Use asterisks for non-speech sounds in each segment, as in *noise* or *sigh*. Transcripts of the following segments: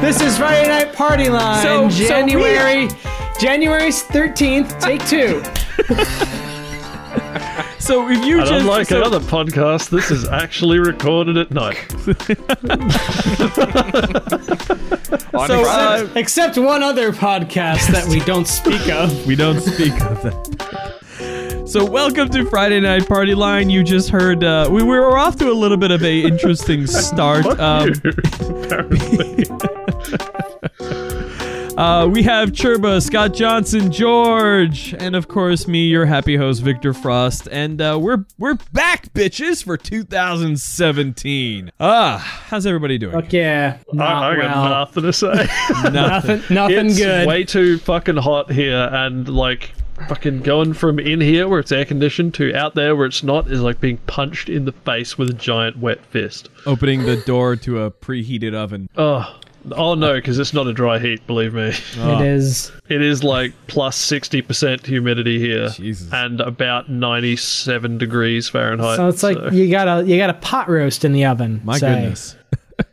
This is Friday Night Party Line. So- so we- January, January thirteenth, take *laughs* two. So if you And just unlike so, another podcast, this is actually recorded at night. On So, Friday. uh, Except one other podcast that we don't speak of. *laughs* we don't speak of that. So welcome to Friday Night Party Line. You just heard uh, we, we were off to a little bit of a *laughs* interesting start. *laughs* Um, *laughs* Apparently. Uh, we have Chirba, Scott Johnson, George, and of course me, your happy host, Victor Frost, and uh, we're we're back, bitches, for 2017. Ah, how's everybody doing? Fuck yeah, not I, I got well. nothing *laughs* to say. Nothing, nothing it's good. way too fucking hot here and like fucking going from in here where it's air conditioned to out there where it's not is like being punched in the face with a giant wet fist Opening the door to a preheated oven. oh oh no because it's not a dry heat believe *laughs* me It is. it is like plus 60% humidity here Jesus. and about 97 degrees fahrenheit So it's like you got a you got a pot roast in the oven. My say. goodness.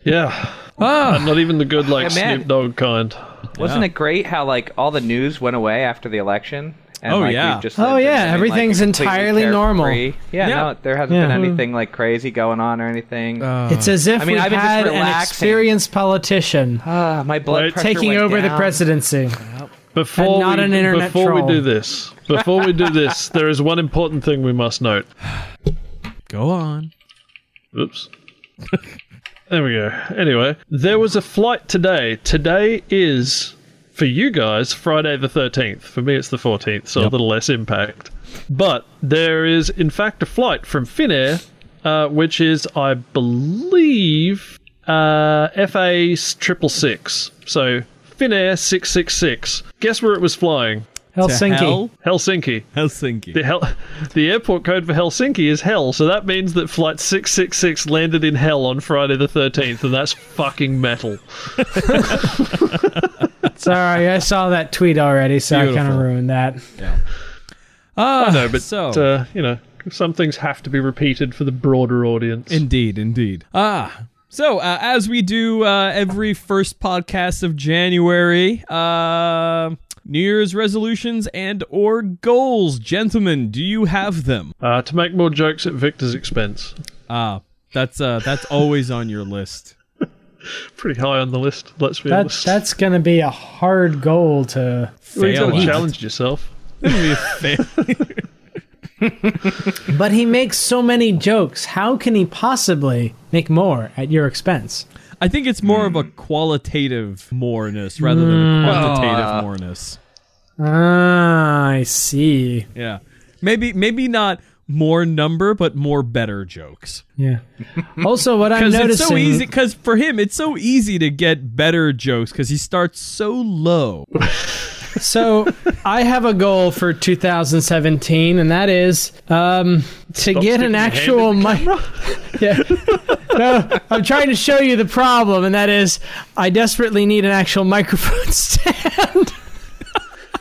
yeah Ah, and not even the good like Hey, man. snoop dogg kind Wasn't Yeah. it great how like all the news went away after the election? And, Oh, like, yeah. we've just Oh, lived in, yeah, like, a everything's completely entirely normal. carefree- Yeah, Yeah. no, there hasn't Yeah. been anything like crazy going on or anything. uh, It's as if I mean, we I've been just had an relaxing. experienced politician Ah, my blood Right. pressure taking went over the down. presidency. Before And not we, an internet before troll. we do this, before we do *laughs* this, there is one important thing we must note. go on. Oops. *laughs* there we go. Anyway, there was a flight today. Today is for you guys Friday the 13th. For me it's the 14th, so a little less impact. But there is in fact a flight from Finnair uh, which is I believe uh, FA triple six. So Finnair 666. Guess where it was flying? Helsinki. hell? Helsinki. Helsinki. The, hel- the airport code for Helsinki is hell, so that means that flight 666 landed in hell on Friday the 13th, and that's fucking metal. Sorry, I saw that tweet already, so I kind of Beautiful. ruined that. Ah, No, but, so. uh, you know, some things have to be repeated for the broader audience. Indeed, indeed. Ah. So, uh, as we do uh, every first podcast of January, uh, New Year's resolutions and or goals, gentlemen, do you have them? uh, to make more jokes at Victor's expense. Ah, that's uh, that's always on your list. Pretty high on the list, let's be That's honest. that's gonna be a hard goal to. Well, you Fail gotta at. *laughs* *laughs* challenge yourself. But he makes so many jokes. How can he possibly make more at your expense? I think it's more of a qualitative moreness rather than a quantitative moreness. Ah, I see. Yeah, maybe maybe not more number, but more better jokes. Yeah. Also, what I'm Because noticing. it's so easy. Because for him, it's so easy to get better jokes because he starts so low. *laughs* So I have a goal for 2017, and that is um, to get sticking an your hand actual in mic. *laughs* yeah. No, I'm trying to show you the problem, and that is I desperately need an actual microphone *laughs* stand.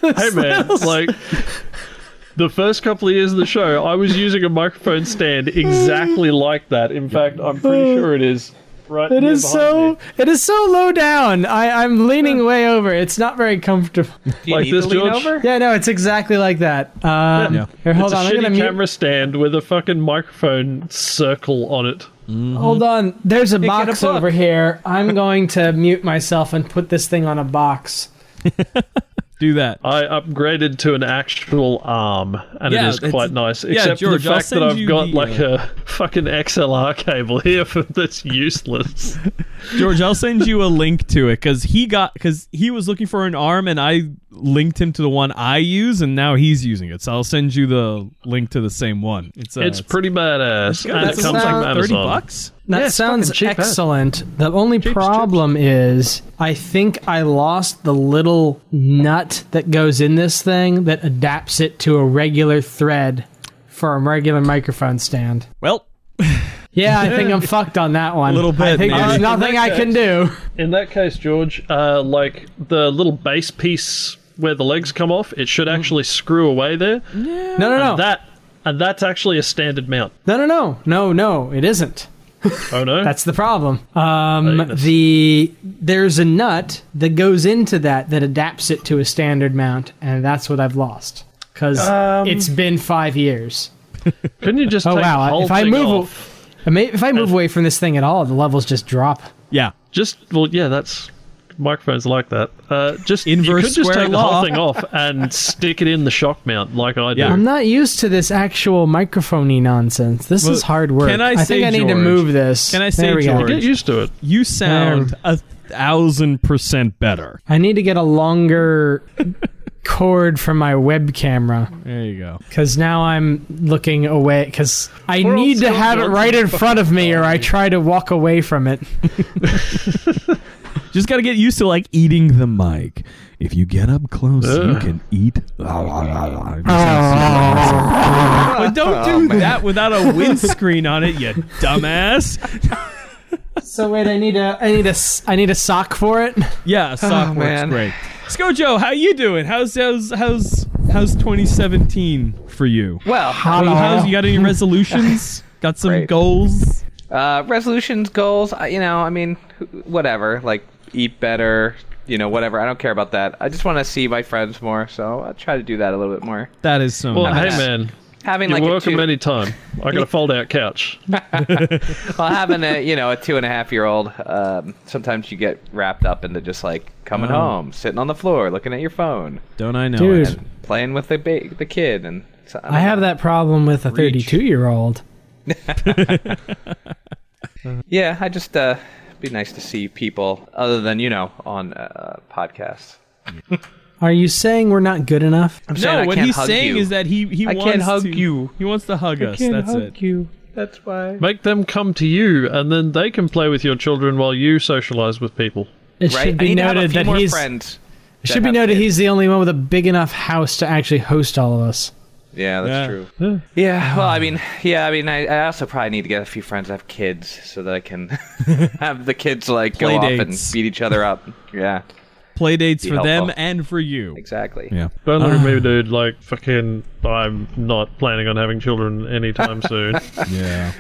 Hey man, like the first couple of years of the show, I was using a microphone stand exactly like that. In fact, *laughs* I'm pretty sure it is. Right It is so it is so low down. I, I'm leaning way over. It's not very comfortable. Do you Like need this, to lean George? over? Yeah, no, it's exactly like that. Um, Yeah. Here, hold it's on. a I'm gonna shitty mute- camera stand with a fucking microphone circle on it. Hold on. There's a a box book. over here. I'm going to mute myself and put this thing on a box. Do that. I upgraded to an actual arm, and Yeah, it is it's- quite nice. yeah, Except for George, the I'll fact that send I've you got the, like uh, a *laughs* fucking XLR cable here *laughs* for, that's useless. George, I'll send you a link to it because he got because he was looking for an arm and I linked him to the one I use and now he's using it. So I'll send you the link to the same one. It's uh, it's pretty badass, good. and it That's comes from about Amazon. thirty bucks. That Yeah, it's sounds fucking cheap, huh? excellent. The only problem is I think I lost the little nut that goes in this thing that adapts it to a regular thread for a regular microphone stand. Well, Yeah, I *laughs* think I'm fucked on that one. Little I bit, think maybe. there's nothing I can do. In that case, George, uh, like the little base piece where the legs come off, it Mm-hmm. should actually screw away there. No, no, no. Oh. That and that's actually a standard mount. No, no, no. No, no, it isn't. Oh no. That's the problem. Um, goodness. the there's a nut that goes into that that adapts it to a standard mount, and that's what I've lost because Um, it's been five years. Couldn't you just Oh take the wow! whole If I thing move, a- off? I may- if I move away from this thing at all, the levels just drop. Yeah. Just well, yeah, that's microphones like that. Uh, just you Inverse could just square take the law. whole *laughs* thing off and stick it in the shock mount like I do. Yeah. I'm not used to this actual microphony nonsense. This Well, is hard work. can I say, think I need to George? move this. Can I say, there we go. George? Get used to it. You sound a thousand percent better. I need to get a longer *laughs* cord for my web camera There you go. because now I'm looking away because I We're all need to still have it George's right in front of me or I try to walk away from it. Just got to get used to like eating the mic. If you get up close, you Ugh. can eat. *laughs* but don't do that without a windscreen on it, you dumbass. So wait, I need a, I need a, s- I need a sock for it. Yeah, sock works Oh, man. great. Scojo, how you doing? How's how's how's how's 2017 for you? Well, Hello. How's you got any resolutions? Got some Great. goals? uh, resolutions, goals, uh, you know, I mean, wh- whatever. Like, eat better, you know, whatever. I don't care about that. I just want to see my friends more, so I'll try to do that a little bit more. That is so. Well, nice. hey man, Having you're like a welcome two, anytime. I *laughs* got a fold-out couch. well, having a you know a two and a half year old, um, sometimes you get wrapped up into just like coming Oh. home, sitting on the floor, looking at your phone, Don't I know? Dude. it? playing with the ba- the kid, and so, I have that problem with a 32 year old. Yeah, I just uh, be nice to see people other than you know on uh, podcasts. Are you saying we're not good enough? I'm saying No, I what can't he's hug saying you. is that he he I wants can't hug to, you. He wants to hug us. That's it. you. that's why. Make them come to you, and then they can play with your children while you socialize with people. It Right? should I be need to have a noted few that more he's friends. it should be have noted kids. he's the only one with a big enough house to actually host all of us. Yeah, Yeah. that's true. Yeah, well, I mean, yeah, I mean, I, I also probably need to get a few friends that have kids so that I *laughs* can have the kids like Play go dates. off and beat each other up. Yeah, Play dates for them helpful. and for you. exactly. Yeah. Don't look Ah. at me, dude. Like fucking, I'm not planning on having children *laughs* anytime soon. Yeah.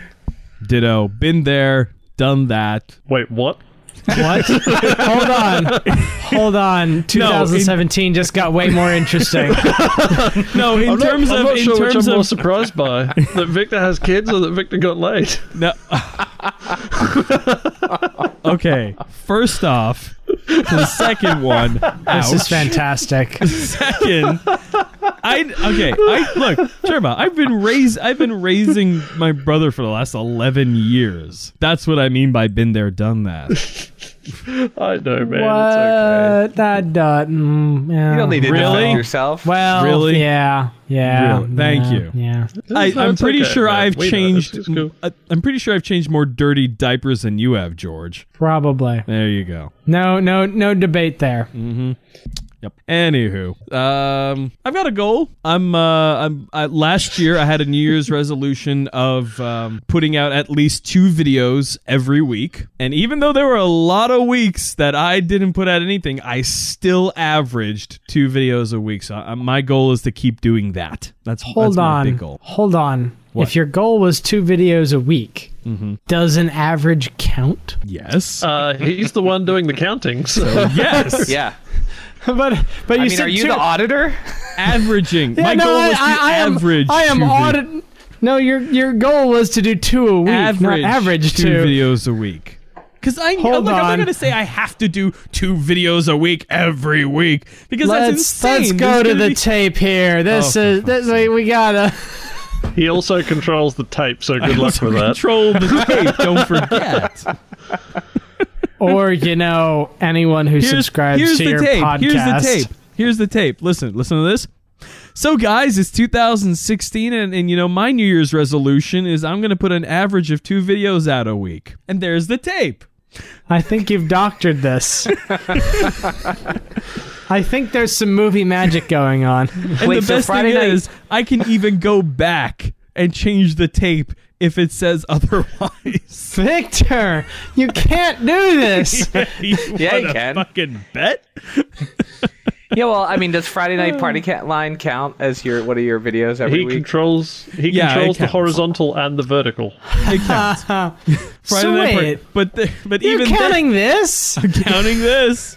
Ditto. Been there, done that. Wait, what? What? *laughs* Hold on. Hold on. 2017 just got way more *laughs* interesting. No, in I'm not- terms I'm of not in sure which terms I'm more of surprised by that Victor has kids or that Victor got laid. *laughs* *laughs* no. okay. First off, to the second *laughs* one. this is fantastic. *laughs* Second, I okay. I look, Sherma. I've been raised. I've been raising my brother for the last eleven years. That's what I mean by been there, done that. I know, man. It's okay. What? That uh, mm, yeah. You don't need to Really? defend yourself. Well, Really? yeah, yeah. Really? Thank yeah, you. Yeah. I, No, I'm it's pretty okay, sure man. I've We know changed. this. It's cool. I, am pretty sure I've changed more dirty diapers than you have, George. Probably. There you go. No, no, no debate there. Yep. Anywho, um, I've got a goal. I'm. Uh, I'm. I, last year, I had a New Year's resolution of um, putting out at least two videos every week. And even though there were a lot of weeks that I didn't put out anything, I still averaged two videos a week. So uh, my goal is to keep doing that. That's Hold that's my on. big goal. Hold on. If your goal was two videos a week, does an average *laughs* count? Yes. Uh, he's the one doing the counting, so yes. yeah. but but you I mean, said are you two. *laughs* the auditor? averaging. Yeah, My no, goal I, was to I, I am- average. I am two vid- audit. No, your your goal was to do two a week, Average, not average two, two. videos a week. Because I Hold I'm like, I'm not on. gonna say I have to do two videos a week every week because that's Let's insane. let's go There's to gonna the be- *laughs* tape here. This Oh, for is this we, we gotta. he also controls the tape. So good luck with that. control the tape. Don't *laughs* forget. Or you know anyone who Here's, subscribes here's to the your tape. podcast. Here's the tape. Here's the tape. Listen, listen to this. So guys, it's 2016 and, and you know my New Year's resolution is I'm gonna put an average of two videos out a week. And there's the tape. I think you've doctored *laughs* this. I think there's some movie magic going on. And Wait, the so best Friday thing night- is, I can even go back and change the tape if it says *laughs* otherwise. Victor, *laughs* you can't do this. yeah, you wanna can. Fucking bet. yeah, well, I mean, does Friday Night Party Cat Line count as your one of your videos every He week? controls he Yeah, it controls the counts. horizontal and the vertical. It counts. Friday so Night Party- wait, But the, but you're even counting this? then, *laughs* counting this.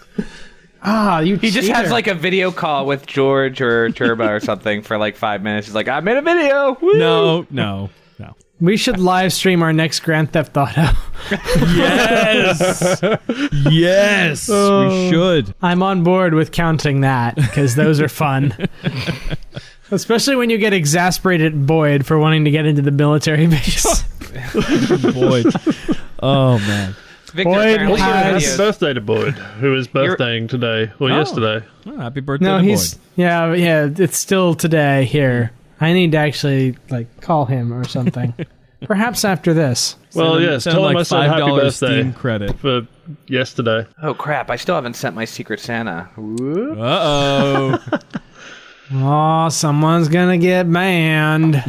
Ah, you. He just has like a video call with George or Turbo or something for like five minutes. He's like, I made a video. Woo! No, no, no. We should live stream our next Grand Theft Auto. *laughs* Yes, yes, Oh. we should. I'm on board with counting that because those are *laughs* fun. Especially when you get exasperated at Boyd for wanting to get into the military *laughs* base. Boy, oh man. Victor Boyd apparently Also, Yes. happy has videos. birthday to Boyd, who is birthdaying today or yesterday. Oh, happy birthday no, to he's Boyd. yeah, yeah. It's still today here. I need to actually like call him or something. Perhaps after this. Well, Send him- yes, send him, tell him like I said happy $5 birthday Steam credit. for yesterday. Oh crap! I still haven't sent my Secret Santa. Whoop. Uh *laughs* oh. Oh, someone's gonna get banned.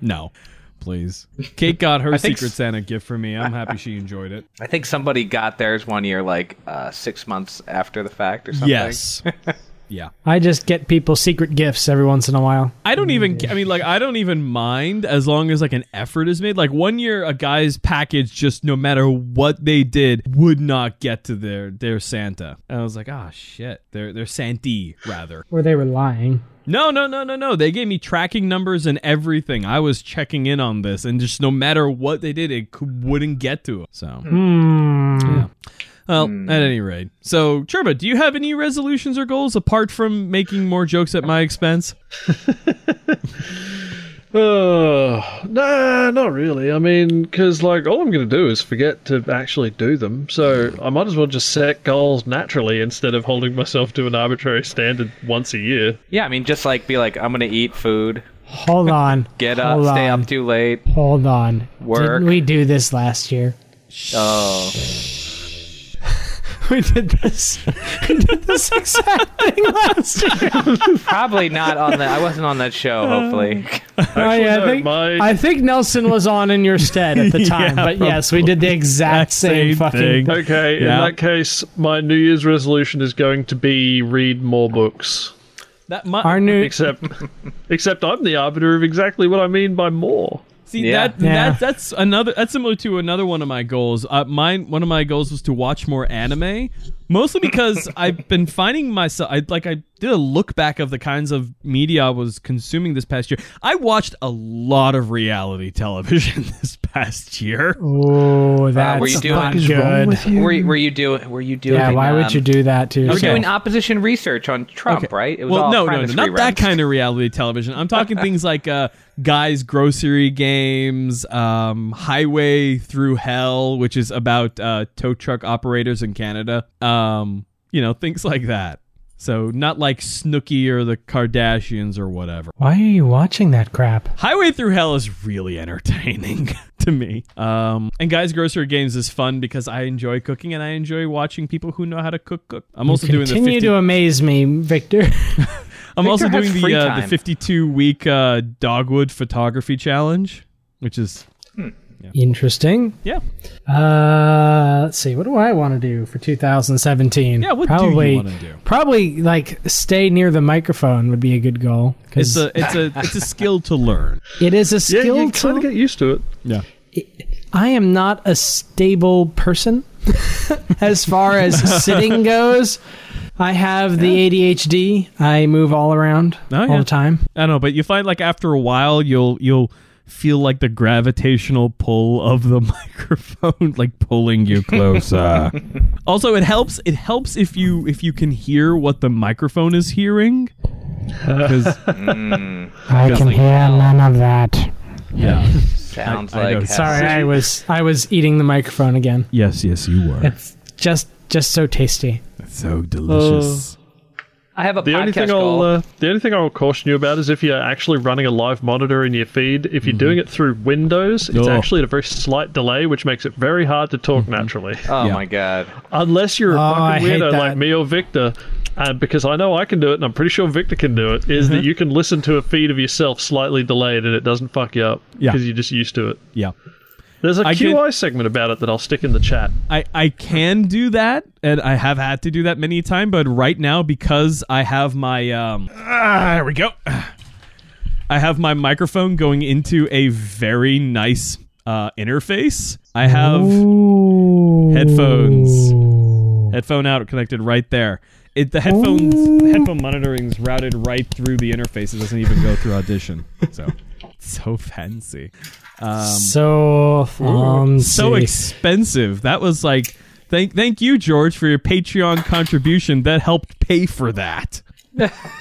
No, please. Kate got her think Secret s- Santa gift for me. I'm happy she enjoyed it. I think somebody got theirs one year, like uh, six months after the fact or something. Yes. *laughs* yeah. I just get people secret gifts every once in a while. I don't even. I mean, like, I don't even mind as long as like an effort is made. Like one year, a guy's package just no matter what they did would not get to their their Santa. And I was like, ah, shit. They're they're Santy rather. Or they were lying. No, no, no, no, no. They gave me tracking numbers and everything. I was checking in on this, and just no matter what they did, it could, wouldn't get to them. So, yeah. Well, at any rate. So, Cherba, do you have any resolutions or goals apart from making more jokes at my expense? Oh, nah, not really. I mean, because like all I'm going to do is forget to actually do them, so I might as well just set goals naturally instead of holding myself to an arbitrary standard once a year. Yeah, I mean, just like be like, I'm gonna eat food, Hold on. *laughs* get up, Hold stay on. up too late. Hold on. Work. Didn't we do this last year? Oh, *laughs* We did this. *laughs* We did this exact thing last year. probably not on that. I wasn't on that show. Hopefully, Oh, yeah, no, I, think, my- I think Nelson was on in your stead *laughs* at the time. Yeah, but yes, we did the exact same, same fucking thing. Okay, Yeah. in that case, my New Year's resolution is going to be read more books. That might Our new Except, except I'm the arbiter of exactly what I mean by more. see Yeah. that, Yeah. that that's another that's similar to another one of my goals. Uh, mine one of my goals was to watch more anime, mostly because I've been finding myself. I like I did a look back of the kinds of media I was consuming this past year. I watched a lot of reality television *laughs* this past year. Oh, that's were you doing- not What is good. were you, were you doing? Were you doing? yeah, why um, would you do that to You yourself? were doing opposition research on Trump, Okay. right? It was well, all no, no, premise no, not that reruns. kind of reality television. I'm talking *laughs* things like uh, guys' grocery games, um, Highway Through Hell, which is about uh, tow truck operators in Canada. Um, you know, things like that. So not like Snooki or the Kardashians or whatever. Why are you watching that crap? Highway Through Hell is really entertaining *laughs* to me. Um, and Guys Grocery Games is fun because I enjoy cooking and I enjoy watching people who know how to cook cook. I'm also doing the Continue 50 to amaze me, Victor. I'm also Victor has doing the free uh, the time. 52 week uh, dogwood photography challenge, which is Interesting. yeah, Uh, let's see. What do I want to do for 2017? Yeah, what do you probably, wanna do? Probably like stay near the microphone would be a good goal it's because a it's a it's a skill to learn. it is a Yeah, skill. you kind to, of get used to it. Yeah, I am not a stable person *laughs* as far as sitting goes. I have the ADHD. I move all around Oh, all yeah. the time. I don't know, but you find like after a while you'll you'll feel like the gravitational pull of the *laughs* microphone like pulling you closer. also, it helps it helps if you if you can hear what the microphone is hearing. 'Cause- I can hear none of that. yeah. Sounds I- I like know. Sorry, I was I was eating the microphone again. Yes, yes, you were. It's just just so tasty. so delicious. I have a The podcast only thing goal. I'll uh, the only thing I'll caution you about is if you're actually running a live monitor in your feed. If Mm-hmm. you're doing it through Windows, it's Oh. actually at a very slight delay, which makes it very hard to talk naturally. oh yeah. my god! Unless you're a Mm-hmm. Oh, I fucking hate weirdo that. like me or Victor, and because I know I can do it, and I'm pretty sure Victor can do it, Mm-hmm. is that you can listen to a feed of yourself slightly delayed and it doesn't fuck you up Yeah. because you're just used to it. yeah. There's a I QI can- segment about it that I'll stick in the chat. I, I can do that, and I have had to do that many a time, but right now, because I have my um ah, there we go. I have my microphone going into a very nice uh, interface. I have headphones. Headphone out connected right there. It, the headphones headphone monitoring's routed right through the interface. It doesn't even go through audition. So *laughs* so fancy Um, so fancy. so expensive. That was like thank thank you George for your Patreon contribution that helped pay *laughs* for that.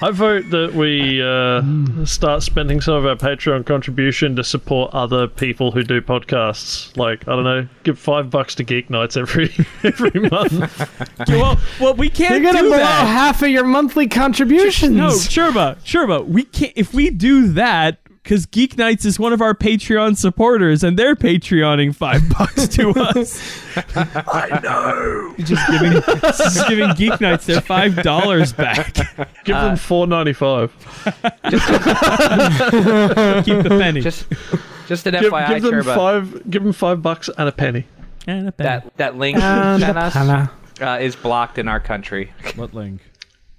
I vote that we uh, start spending some of our Patreon contribution to support other people who do podcasts. Like I don't know, give five bucks to Geek Nights every *laughs* every month. well, well, we can't You're gonna do blow that. half of your monthly contributions. No, Sherba, Sherba, we can't. If we do that, because Geek Nights is one of our Patreon supporters, and they're patreoning five *laughs* bucks to us. I know. Just giving, just giving Geek Nights their five dollars back. *laughs* Give Uh, them four ninety five. Keep the penny. *laughs* Just, just an Give, FYI, give them Cherba, five. Give them five bucks and a penny. and a penny. That that link you sent us Hannah. uh, is blocked in our country. *laughs* What link?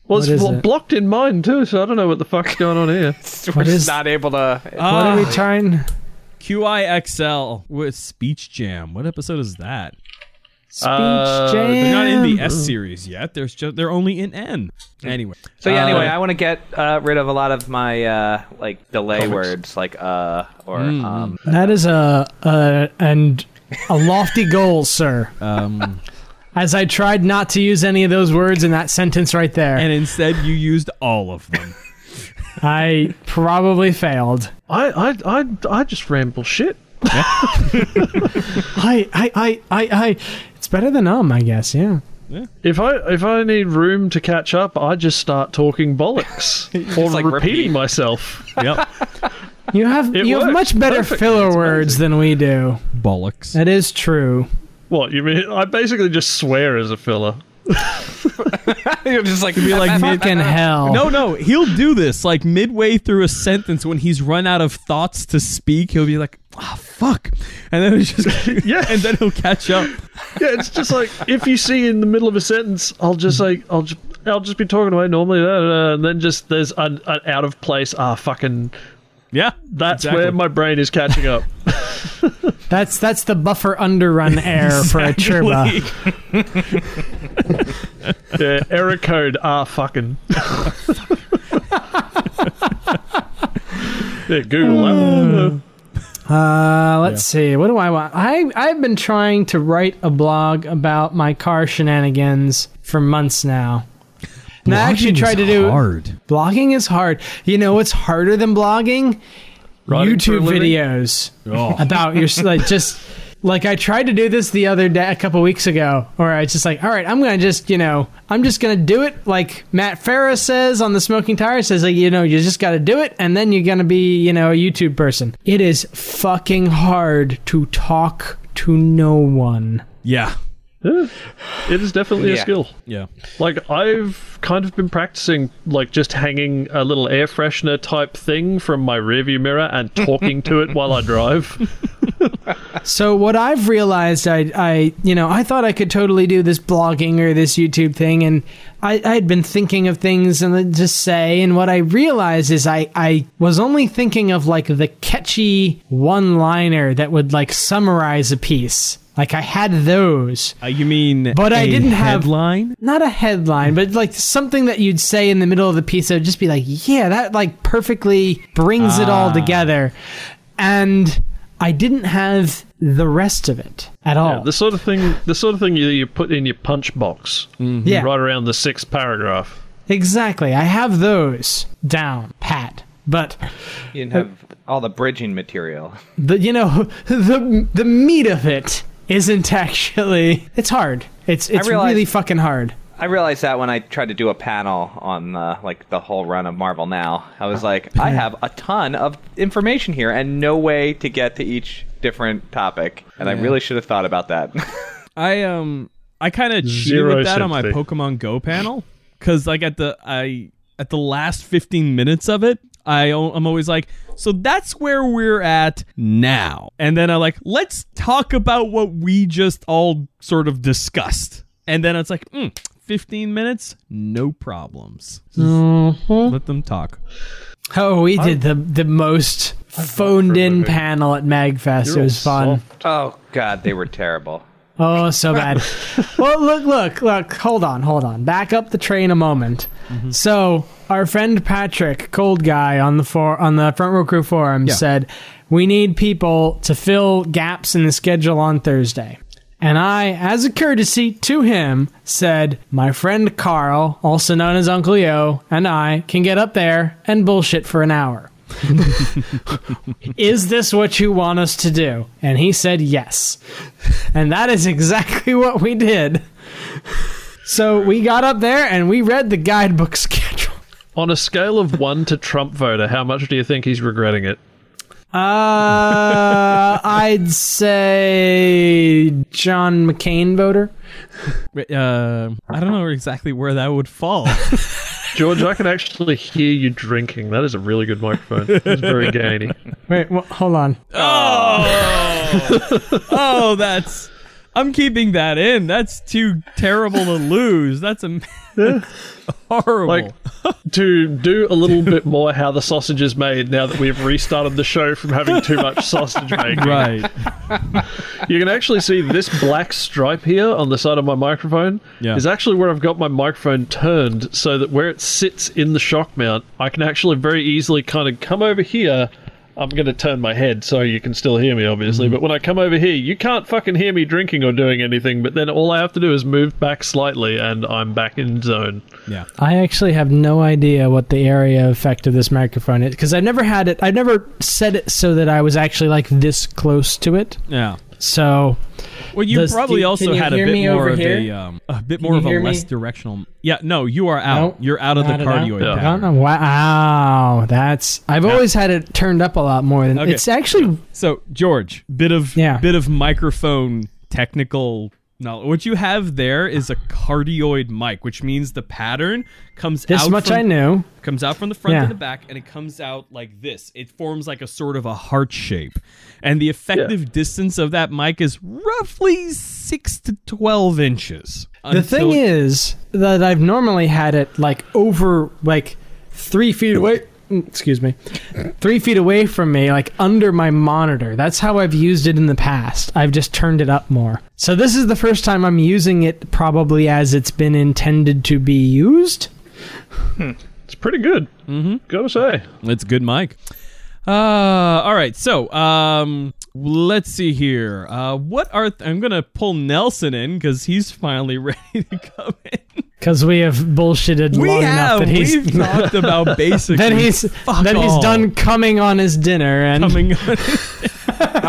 Well, What it's is blo- it? blocked in mine too, so I don't know what the fuck's going *laughs* on here. We're just is- not able to. What Ah. are we trying? QIXL with Speech Jam. What episode is that? Speech Uh, jam. They're not in the S series yet. They're just they're only in N. Anyway, so yeah, Uh, anyway, I want to get uh, rid of a lot of my uh, like delay Comics. words, like uh or Hmm. um. *laughs* that is a, a and a lofty goal, sir. um, As I tried not to use any of those words in that sentence right there, and instead you used all of them. I probably failed. I, I I I just ramble shit. I, I, I, I, I. It's better than um, I guess. Yeah. If I if I need room to catch up, I just start talking *laughs* bollocks or like, repeating repeat. myself. *laughs* Yep, You have It you works have much better perfectly. filler It's words than we do. bollocks. That is true. What you mean? I basically just swear as a filler. You're just like *laughs* Be like mid- Fucking hell. No, no, he'll do this like midway through a sentence when he's run out of thoughts to speak. He'll be like, "Ah, fuck," and then it's just *laughs* Yeah. and then he'll catch up. Yeah, it's just like if you see in the middle of a sentence, I'll just like I'll just I'll just be talking away normally, da, da, da, and then just there's an, an out of place. Ah, fucking. Yeah, That's exactly. where my brain is catching up. That's that's the buffer underrun error for a chirba. yeah, error code. Ah, fucking. yeah, Google that. one. Uh, let's see. What do I want? I I've been trying to write a blog about my car shenanigans for months now. And I actually Blogging tried to is do hard. blogging is hard. You know what's harder than blogging? Writing for a YouTube living? videos Oh. *laughs* about your like just like I tried to do this the other day a couple weeks ago, where I was just like, all right, I'm gonna just you know I'm just gonna do it like Matt Farah says on the Smoking Tire says like you know you just got to do it and then you're gonna be you know a YouTube person. It is fucking hard to talk to no one. Yeah, It is definitely a Yeah. skill. yeah. Like I've kind of been practicing, like just hanging a little air freshener type thing from my rearview mirror and talking to it while I drive. So what I've realized, I, I, you know, I thought I could totally do this blogging or this YouTube thing, and I, I had been thinking of things and then just say, and what I realized is I, I was only thinking of like the catchy one-liner that would like summarize a piece. Like I had those, Uh, you mean, But I I didn't have- headline. not a headline, but like something that you'd say in the middle of the piece that would just be like, yeah, that like perfectly brings it all together. And I didn't have the rest of it at all. Oh, the sort of thing, the sort of thing you, you put in your punch box, yeah. right around the sixth paragraph. Exactly. I have those down, pat. But you didn't have all the bridging material. the you know *laughs* the the meat of it isn't *laughs* actually. It's hard. It's it's realize- really fucking hard. I realized that when I tried to do a panel on uh, like the whole run of Marvel now, I was like, I have a ton of information here and no way to get to each different topic, and I really should have thought about that. I um I kind of cheated Zero with that on my sympathy. Pokemon Go panel because like at the I at the last 15 minutes of it I, al- I'm always like, so that's where we're at now. And then I'm like, let's talk about what we just all sort of discussed. And then it's like, mm, 15 minutes, no problems. Let them talk. Oh, we did the the most phoned in panel at Magfest. it was fun. *laughs* Oh God, they were terrible. Oh, so bad. well, look, look, look. Hold on, hold on. Back up the train a moment. So, our friend Patrick, cold guy on the for on the front row crew forum, said we need people to fill gaps in the schedule on Thursday. And I, as a courtesy to him, said, My friend Carl, also known as Uncle Yo, and I can get up there and bullshit for an hour. *laughs* Is this what you want us to do? And he said, Yes. And that is exactly *laughs* what we did. So we got up there and we read the guidebook *laughs* schedule. On a scale of one to Trump voter, how much do you think he's regretting it? Uh, I'd say John McCain voter. Wait, Uh, I don't know exactly where that would fall. *laughs* George, I can actually hear you drinking. That is a really good microphone. It's very gainy. Wait, wha- hold on. oh, that's. I'm keeping that in. That's too terrible to lose. That's a *laughs* horrible. Like, to do a little bit more how the sausage is made now that we've restarted the show from having too much sausage making. right. You can actually see this black stripe here on the side of my microphone Yeah. is actually where I've got my microphone turned so that where it sits in the shock mount, I can actually very easily kind of come over here. I'm going to turn my head so you can still hear me, obviously. But when I come over here, you can't fucking hear me drinking or doing anything. But then all I have to do is move back slightly and I'm back in zone. Yeah. I actually have no idea what the area effect of this microphone is because I've never had it. I've never said it so that I was actually like this close to it. Yeah. So Well, you Does- probably do- can also you had a hear bit me more over of a here? um, a bit more you of a hear me? less directional. Yeah. No, you are out. Nope. You're out of the Not at all. cardioid. Yeah. I pattern. don't know. Wow, that's I've always had it turned up a lot more than Okay. it's actually. So, George, bit of Yeah. bit of microphone technical knowledge. What you have there is a cardioid mic, which means the pattern comes This out much from, I knew. comes out from the front Yeah. to the back and it comes out like this. It forms like a sort of a heart shape. And the effective distance of that mic is roughly 6 to 12 inches. The thing is that I've normally had it like over like three feet away. mm, Excuse me, three feet away from me, like under my monitor. That's how I've used it in the past. I've just turned it up more. So this is the first time I'm using it, probably as it's been intended to be used. It's pretty good. Mm-hmm. Gotta say. It's good mic. Uh, all right. So, um, let's see here. Uh, what are th- I'm gonna pull Nelson in because he's finally *laughs* ready to come in. Because we have bullshitted long enough that he's we've talked about *laughs* basically that he's *laughs* fuck that he's all *laughs* done coming on his dinner and *laughs* coming. on.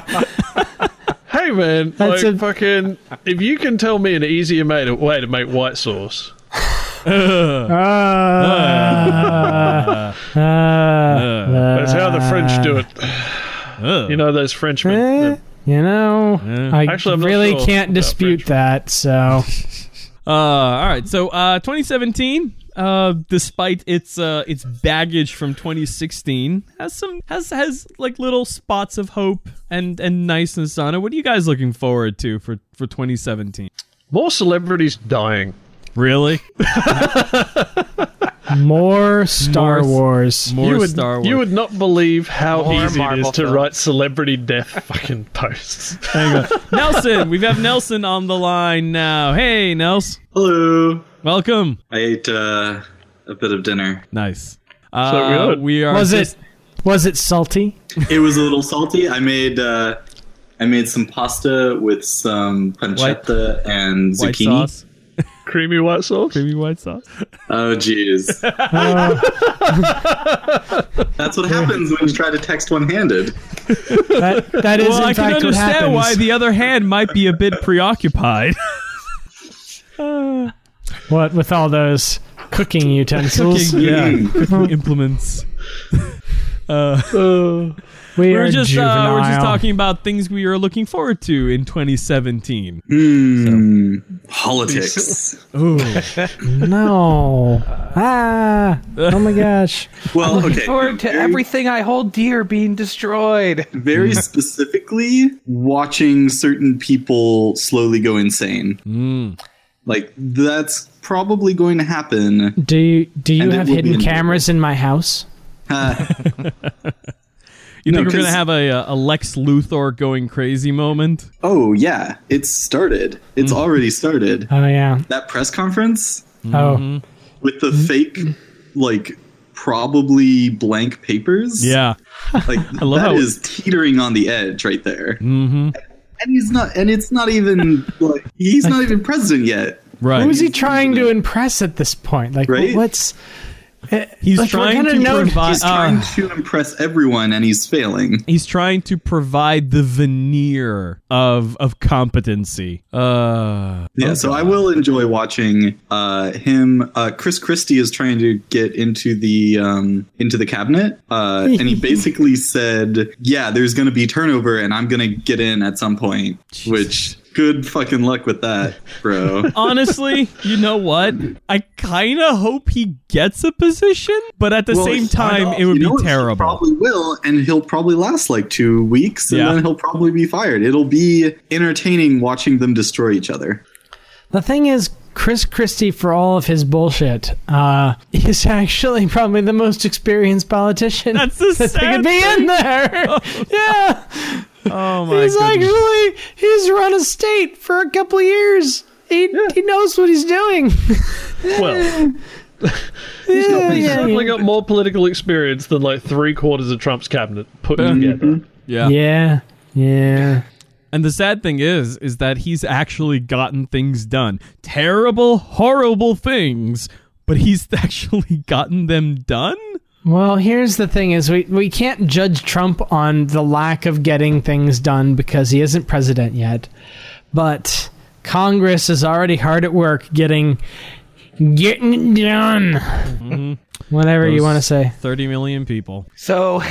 Hey man, That's like a- fucking. If you can tell me an easier made, way to make white sauce, *laughs* Uh, uh, uh, that's how the French do it. Ugh. You know those Frenchmen. Eh, the- you know, I Actually, I'm not really sure can't about dispute French. that. So *laughs* Uh, all right. So, uh, 2017, uh, despite its uh, its baggage from 2016, has some has has like little spots of hope and and niceness on it. What are you guys looking forward to for for 2017? More celebrities dying. Really? more Star More Wars. s- *laughs* More you would, Star Wars. You would *laughs* not believe how More easy it is Marvel to films. write celebrity death *laughs* fucking posts. *laughs* Nelson, we have Nelson on the line now. Hey, Nels. Hello. Welcome. I ate uh, a bit of dinner. Nice. Uh, good. we are Was just- it was it salty? It was a little salty. I made uh, I made some pasta with some pancetta and white zucchini. sauce? Creamy white sauce. Creamy white sauce. Oh, *laughs* jeez. That's what happens when you try to text one-handed. That that is well, in I can fact what understand happens. why the other hand might be a bit preoccupied. what with *laughs* all those cooking utensils? yeah. Mm. Implements. We, We are were just uh, juvenile. we're just talking about things we are looking forward to in 2017. Politics. *laughs* *laughs* No. Ah. Oh my gosh. Well, okay. Forward to Very- everything I hold dear being destroyed. Very specifically, watching certain people slowly go insane. Hmm. Like that's probably going to happen. Do you do you And it have will be hidden in- cameras in my house? You No, think we're gonna 'cause- have a, uh, a Lex Luthor going crazy moment? Oh yeah, it's started. It's already started. Oh yeah. That press conference Oh. with the fake, like probably blank papers. Yeah, like love that how- is teetering on the edge right there. Mm-hmm. And he's not. And it's not even like he's not even president yet. right. Who's he trying to impress at this point? Like Right? what's He's Like, we're trying gonna to know- provide. He's trying to impress everyone, and he's failing. he's trying to provide the veneer of of competency. Uh, Yeah, Um, so I will enjoy watching uh, him. Uh, Chris Christie is trying to get into the um, into the cabinet, uh, and *laughs* he basically said, "Yeah, there's going to be turnover, and I'm going to get in at some point." Which good fucking luck with that, bro. *laughs* honestly, you know what? I kind of hope he gets a position, but at the Well, *laughs* same it's not time, off. it would You know what? be He terrible. Probably will, and he'll probably last like two weeks, and Yeah. then he'll probably be fired. It'll be entertaining watching them destroy each other. The thing is, Chris Christie, for all of his bullshit, uh, *laughs* is actually probably the most experienced politician That's the *laughs* that sad could be in *laughs* there. *laughs* yeah, Oh my he's goodness. actually he's run a state for a couple of years. He, he knows what he's doing. *laughs* Well, *laughs* Yeah, he's yeah, definitely yeah. got more political experience than like three quarters of Trump's cabinet put together. yeah. yeah, yeah. And the sad thing is, is that he's actually gotten things done. Terrible, horrible things, but he's *laughs* actually gotten them done? Well, here's the thing: is we we can't judge Trump on the lack of getting things done because he isn't president yet, but Congress is already hard at work getting getting it done. Mm-hmm. Whatever you Those- want to say. 30 million people. So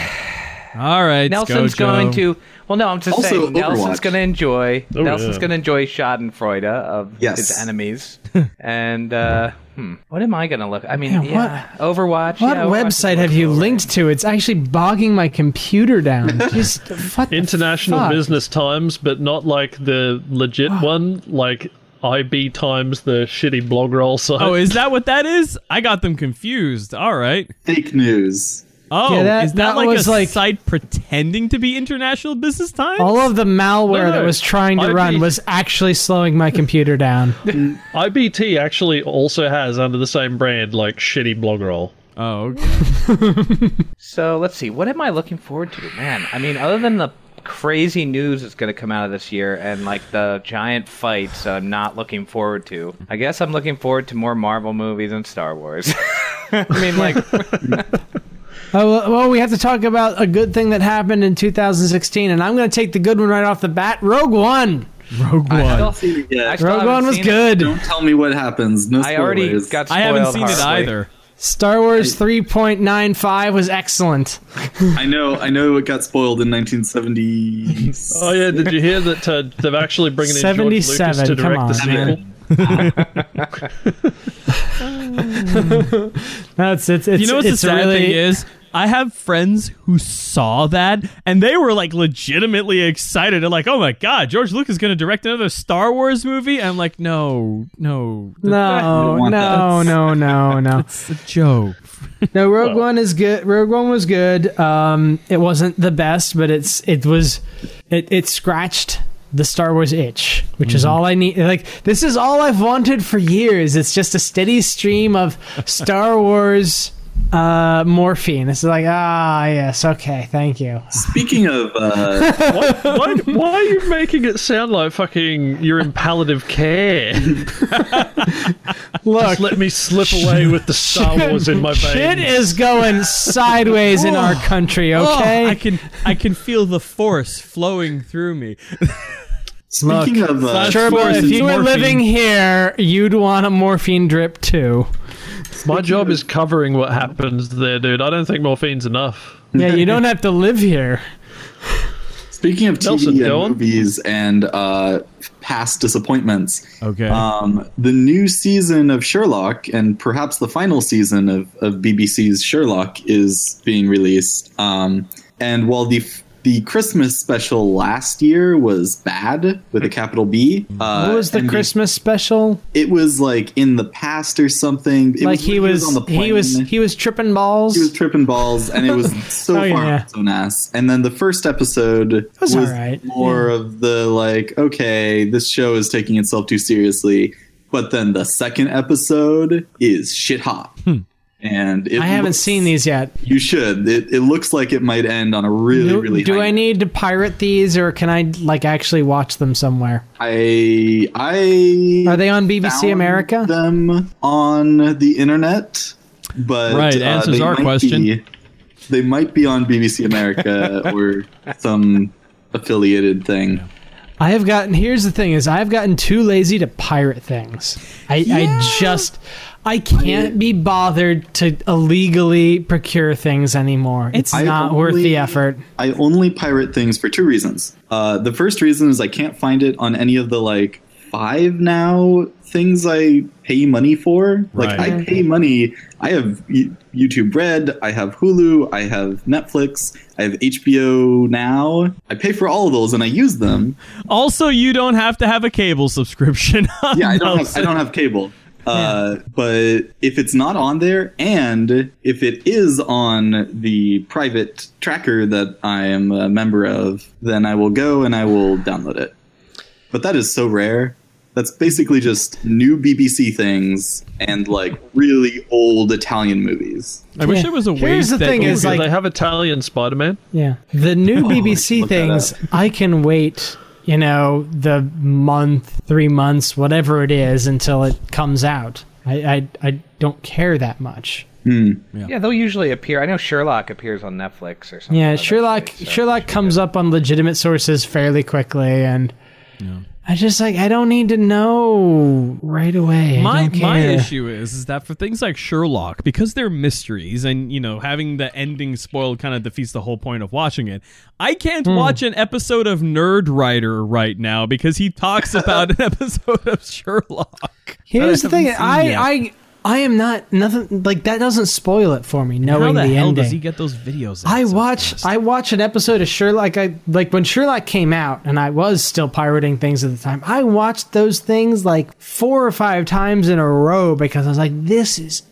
All right. Nelson's Scojo. going to. Well, no, I'm just Also, saying Nelson's Overwatch. going to enjoy. Oh, Nelson's yeah. going to enjoy Schadenfreude of Yes. his *laughs* enemies. and uh, hmm, what am I going to look? I mean, Yeah, yeah, what- Overwatch. What yeah, Overwatch is website have looking you over. linked to? It's actually bogging my computer *laughs* down. Just what the International fuck? Business Times, but not like the *gasps* legit one, like IB Times, the shitty blog roll site. Oh, is that what that is? I got them confused. All right. Fake news. Oh, Yeah, that- is that, that like was a like- site pretending to be International Business Times? All of the malware No, no. that was trying to I'd run be- was actually slowing my computer down. IBT actually also has under the same brand like shitty blog roll. oh, okay. So let's see. What am I looking forward to, man? I mean, other than the crazy news that's going to come out of this year and like the giant fights, I'm not looking forward to. I guess I'm looking forward to more Marvel movies and Star Wars. *laughs* I *laughs* mean, like, Oh, well- well, we have to talk about a good thing that happened in 2016, and I'm going to take the good one right off the bat Rogue One. Rogue One. I I, still- Yeah. I still Rogue haven't One was seen it. good. Don't tell me what happens. No I already spoilers. got. haven't spoiled seen it horribly. either. Star Wars 3.95 was excellent. I know. I know. It got spoiled *laughs* in 1970. Oh yeah, did you hear that uh, they're actually bringing in George Lucas 77, to come direct on, the sequel? man. That's it's, it's You know what the it's sad really, thing is? I have friends who saw that and they were like legitimately excited. They're like, "Oh my god, George Lucas is going to direct another Star Wars movie." I'm like, "No, no, No, want no, no, no, *laughs* no. it's a joke." No, Rogue One is good. Rogue One was good. Um, it wasn't the best, but it's it was it it scratched the Star Wars itch, which Mm-hmm. is all I need. Like this is all I've wanted for years. It's just a steady stream of Star Wars uh morphine. It's like ah yes, okay, thank *laughs* you. Speaking of, uh, Why, why are you making it sound like fucking you're in palliative care? Look, Let me slip away with the Star Wars in my veins. shit is going sideways in our country. Oh, Okay, I can I can feel the force flowing through me. speaking of, uh, Sure, Turbo, Force if is you were morphine. living here, you'd want a morphine drip too. My job is covering what happens there, dude. I don't think morphine's enough. Yeah, you don't have to live here. Speaking of TV Nelson, and go on. movies and uh, past disappointments, Oh. Okay. um, the new season of Sherlock and perhaps the final season of, of BBC's Sherlock is being released. Um, and while the f- the Christmas special last year was bad with a capital B, *laughs* uh, What was the and Christmas special? It was like in the past or something. It Like he when was, he was plane. he was tripping balls. He was tripping balls, and *laughs* it was so Oh, far yeah. off his own ass. And then the first episode was was, alright, more of the like, okay, this show is taking itself too seriously. But then the second episode is shit hot, and it Hmm. I haven't looks- seen these yet. You should. It, it looks like it might end on a really, Do, really. do high I need to pirate these, or can I like actually watch them somewhere? I I Are they on BBC found America? Them on the internet, but uh, Right, answers they our might question. be- they might be on *laughs* BBC America or some affiliated thing. I have gotten. Here's the thing: is I've gotten too lazy to pirate things. I, I just, I can't be bothered to illegally procure things anymore. It's I not worth the only- effort. I only pirate things for two reasons. Uh, the first reason is I can't find it on any of the like five now things I pay money for. Like Right. I pay money. I have Y- YouTube Red. I have Hulu. I have Netflix. I have HBO Now. I pay for all of those and I use them. Also, you don't have to have a cable subscription. *laughs* *laughs* Yeah, I don't. Have, I don't *laughs* have cable. Uh, But if it's not on there, and if it is on the private tracker that I am a member of, then I will go and I will download it. But that is so rare. That's basically just new BBC things and like really old Italian movies. I wish Yeah. there was a way. Here's the that thing you is, could- like- they have Italian Spider Man. Yeah, the new *laughs* should BBC Oh, look that things. I can wait. You know, the month, three months, whatever it is, until it comes out. I, I, I don't care that much. Yeah, they'll usually appear. I know Sherlock appears on Netflix or something. Yeah, like that, Sherlock. so- Sherlock comes up on legitimate sources fairly quickly, and I just like I don't need to know right away. I my don't care. my issue is is that for things like Sherlock, because they're mysteries, and you know having the ending spoiled kind of defeats the whole point of watching it. I can't Hmm. watch an episode of Nerd Writer right now because he talks about an *laughs* episode of Sherlock. Here's the that I thing. haven't seen yet. I I I am not nothing like that. Doesn't spoil it for me knowing How the, hell ending. does he get those videos? out I so watch fast? I watch an episode of Sherlock. I like when Sherlock came out, and I was still pirating things at the time. I watched those things like four or five times in a row because I was like, "This is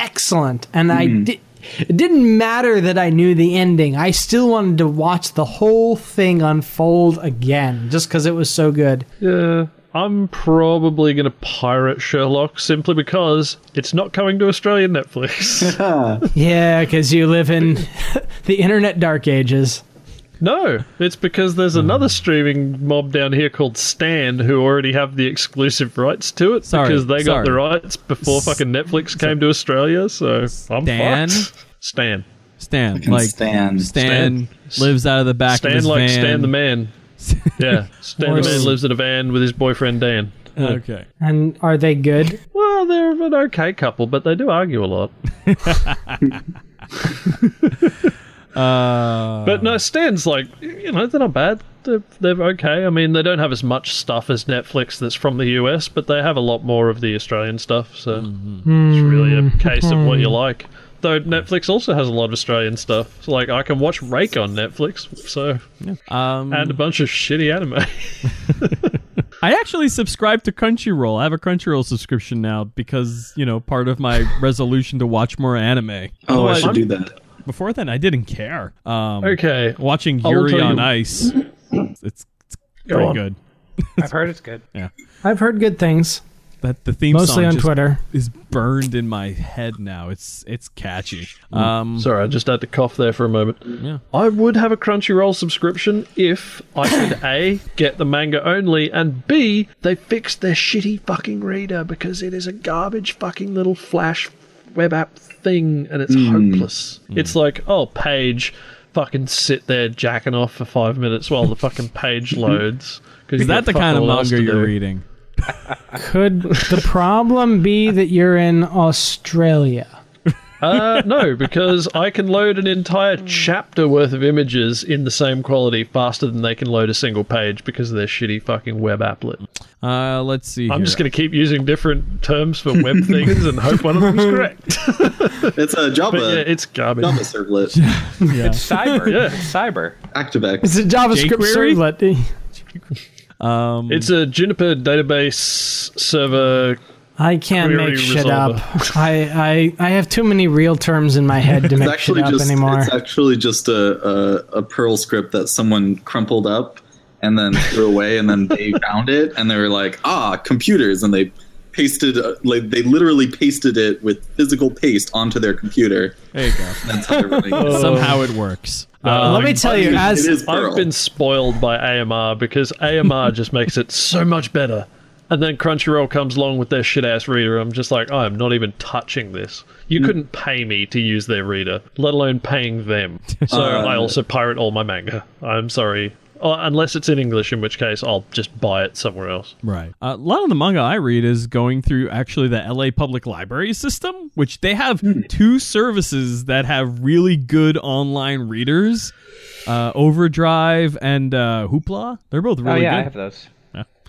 excellent," and I did. It didn't matter that I knew the ending. I still wanted to watch the whole thing unfold again just because it was so good. Yeah, I'm probably going to pirate Sherlock simply because it's not coming to Australian Netflix. Yeah, because you live in *laughs* the internet dark ages. no, it's because there's Hmm. another streaming mob down here called Stan who already have the exclusive rights to it Sorry, because they sorry. got the rights before fucking Netflix came to Australia. So I'm Stan? fucked. Stan. Stan like Stan. Stan, Stan. lives out of the back of Stan his van. like Stan *laughs* the man. Yeah, Stan the man lives in a van with his boyfriend Dan. Okay. And are they good? Well, they're an okay couple, but they do argue a lot. Uh, But no, Stan's like, you know, they're not bad. They're, they're okay. I mean, they don't have as much stuff as Netflix that's from the US, but they have a lot more of the Australian stuff. So it's really a case of what you like. Though Netflix also has a lot of Australian stuff. So, like, I can watch Rake on Netflix. So Um, and a bunch of shitty anime. I actually subscribe to Crunchyroll. I have a Crunchyroll subscription now because, you know, part of my resolution to watch more anime. Oh, I Otherwise- *laughs* should do that. Before then, I didn't care. Um, okay, Watching I will Yuri tell on you. Ice, it's, it's go pretty on. good. I've heard it's good. I've heard good things, That the theme mostly song on just Twitter. is burned in my head now. It's it's catchy. Mm. Um, Sorry, I just had to cough there for a moment. Yeah. I would have a Crunchyroll subscription if I could A, get the manga only, and B, they fixed their shitty fucking reader because it is a garbage fucking little flash web app thing and it's Mm. hopeless. It's like, oh, page, fucking sit there jacking off for five minutes while the *laughs* fucking page loads. is that the kind of manga you're reading? *laughs* Could the problem be that you're in Australia? Uh, no, because I can load an entire chapter worth of images in the same quality faster than they can load a single page because of their shitty fucking web applet. Uh, let's see. I'm here. just going to keep using different terms for *laughs* web things and hope one of them's correct. It's a Java, But yeah, it's garbage. Java servlet, It's *laughs* cyber. Yeah. It's cyber. Oh, ActiveX. It's a JavaScript jQuery? servlet. Um, It's a Juniper database server. I can't Query make shit resolver. up. *laughs* I, I I have too many real terms in *laughs* my head to It's make shit actually up just anymore. it's actually just a, a a Perl script that someone crumpled up and then threw away, and then *laughs* they found it and they were like, ah, computers, and they pasted uh, like they literally pasted it with physical paste onto their computer. there you go. That's how *laughs* they're running. it. Somehow it works. Uh, Let me tell you, as it is Perl. I've been spoiled by AMR because AMR just makes it so much better. And then Crunchyroll comes along with their shit ass reader. I'm just like, I am not even touching this. You couldn't pay me to use their reader, let alone paying them. So I also pirate all my manga. I'm sorry. Uh, unless it's in English, in which case I'll just buy it somewhere else. Right. Uh, a lot of the manga I read is going through actually the LA Public Library system, which they have Hmm. two services that have really good online readers uh, Overdrive and uh, Hoopla. They're both Oh really yeah, I have good. those.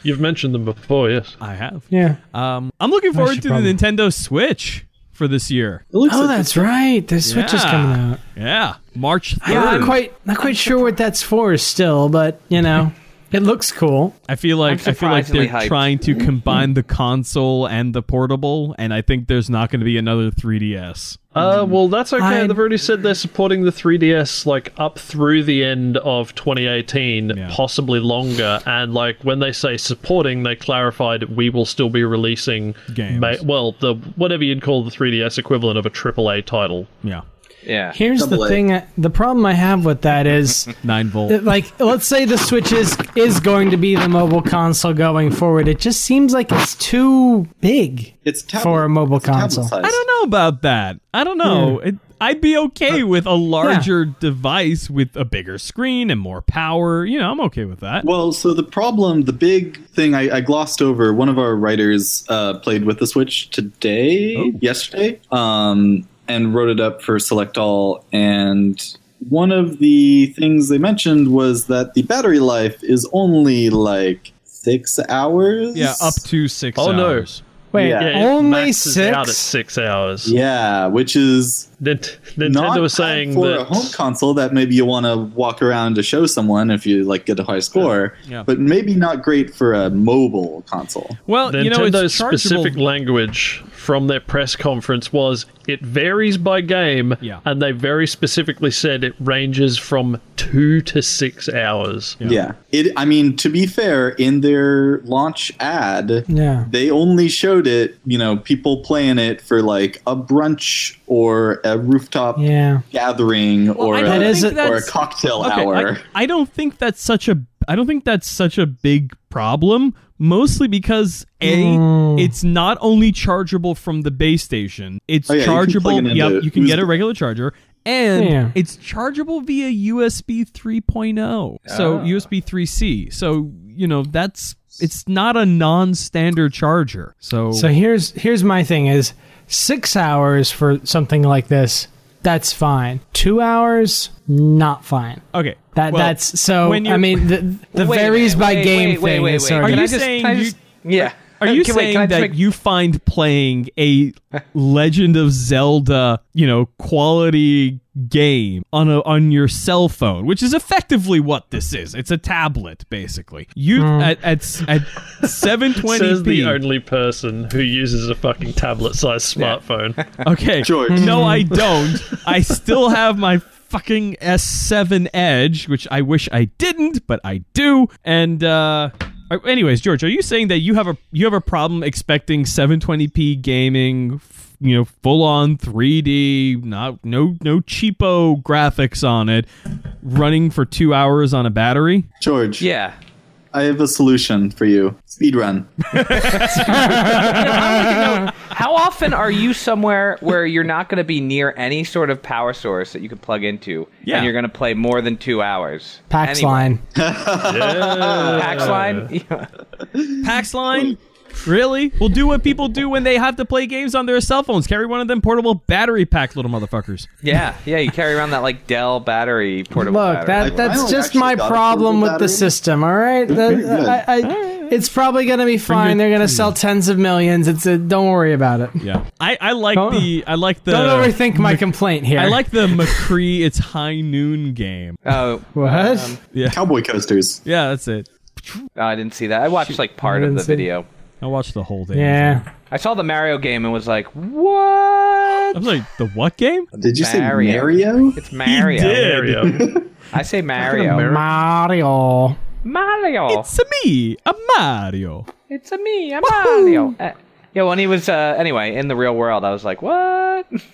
You've mentioned them before, yes. I have. yeah. Um, I'm looking forward to should the probably- Nintendo Switch for this year. It looks Oh, like that's right. The Switch is Yeah. coming out. Yeah. March 3rd. I'm not quite not quite sure what that's for still, but you know, it looks cool. I feel like I'm I feel like they're surprisingly hyped. trying to combine the console and the portable, and I think there's not going to be another 3DS. Uh, well, that's okay. I- They've already said they're supporting the 3DS like up through the end of 2018, Yeah. possibly longer. And like when they say supporting, they clarified we will still be releasing Games. well, the whatever you'd call the 3DS equivalent of a AAA title. Yeah, Yeah. Here's the Double A. thing. I, the problem I have with that *laughs* is, nine volt. that, like, let's say the Switch is is going to be the mobile console going forward. It just seems like it's too big. it's tablet, for a mobile it's tablet console. size. I don't know about that. I don't know. It, I'd be okay with a larger device with a bigger screen and more power. You know, I'm okay with that. Well, so the problem, the big thing I, I glossed over, one of our writers uh, played with the Switch today, Oh. yesterday, um, and wrote it up for Select All. And one of the things they mentioned was that the battery life is only like six hours. yeah, up to six. Oh, no. hours. Wait, Yeah, it only maxes out at six? six hours. Yeah, which is Nint- not Nintendo was saying for that a home console that maybe you want to walk around to show someone if you like get a high score, Yeah. but maybe not great for a mobile console. Well, you know, Nintendo's it's chargeable. specific language from their press conference was it varies by game, Yeah. and they very specifically said it ranges from two to six hours. Yeah. It I mean to be fair in their launch ad Yeah. they only showed it, you know, people playing it for like a brunch or a rooftop Yeah. gathering or I a, don't That is think a- or a that's- cocktail Okay, hour. I, I don't think that's such a I don't think that's such a big problem. Mostly because a Mm. it's not only chargeable from the base station, it's Oh, yeah, you can plug chargeable. it into yep, you can get a USB. regular charger, and Yeah. it's chargeable via USB 3.0. oh, So USB 3C. So you know that's it's not a non-standard charger. So, So here's here's my thing is six hours for something like this, that's fine. Two hours, not fine. okay, That Uh, well, that's so. when I you- mean, the, the Wait a varies minute, by wait, game wait, wait, thing wait, is wait. sort Are of- Can you I just- saying can I you- just- Yeah. Are you *laughs* Can- wait, saying can I just that make- you find playing a Legend of Zelda, you know, quality game on a, on your cell phone, which is effectively what this is? It's a tablet, basically. You at at, s- at Mm. *laughs* Says the 720p. only person who uses a fucking tablet-sized *laughs* smartphone. Okay, George. No, I don't. I still have my fucking S7 Edge, which I wish I didn't, but I do. And uh are- anyways, George, are you saying that you have a you have a problem expecting 720p gaming, f- you know, full on 3D, not no no cheapo graphics on it, running for 2 hours on a battery? George, Yeah. I have a solution for you. Speedrun. How often are you somewhere where you're not going to be near any sort of power source that you could plug into, Yeah. and you're going to play more than two hours? Pax Anyway. line. Yeah. Pax line. Pax line Really? We'll do what people do when they have to play games on their cell phones. Carry one of them portable battery pack, little motherfuckers. *laughs* Yeah, yeah. You carry around that like Dell battery portable. Look, battery. that, Like, I that's don't just actually my got a problem portable with the battery. system. All right, That- pretty good. I- I- it's probably going to be fine. They're going to sell tens of millions. It's a, don't worry about it. Yeah. I, I like Don't- the I like the Don't overthink my complaint here. Uh, I like the McCree It's High Noon game. oh, what? Cowboy coasters. Yeah, that's it. no, Oh, I didn't see that. I watched like part of didn't the see- video. I watched the whole thing. yeah, I saw the Mario game and was like, what? I was like, the what game? Did you Mario. say Mario? It's Mario. Mario. I say Mario. Mario. Mario. It's a me, a Mario. It's a me. I'm Mario. Uh, yeah, when he was uh, anyway in the real world, I was like, what? *laughs* What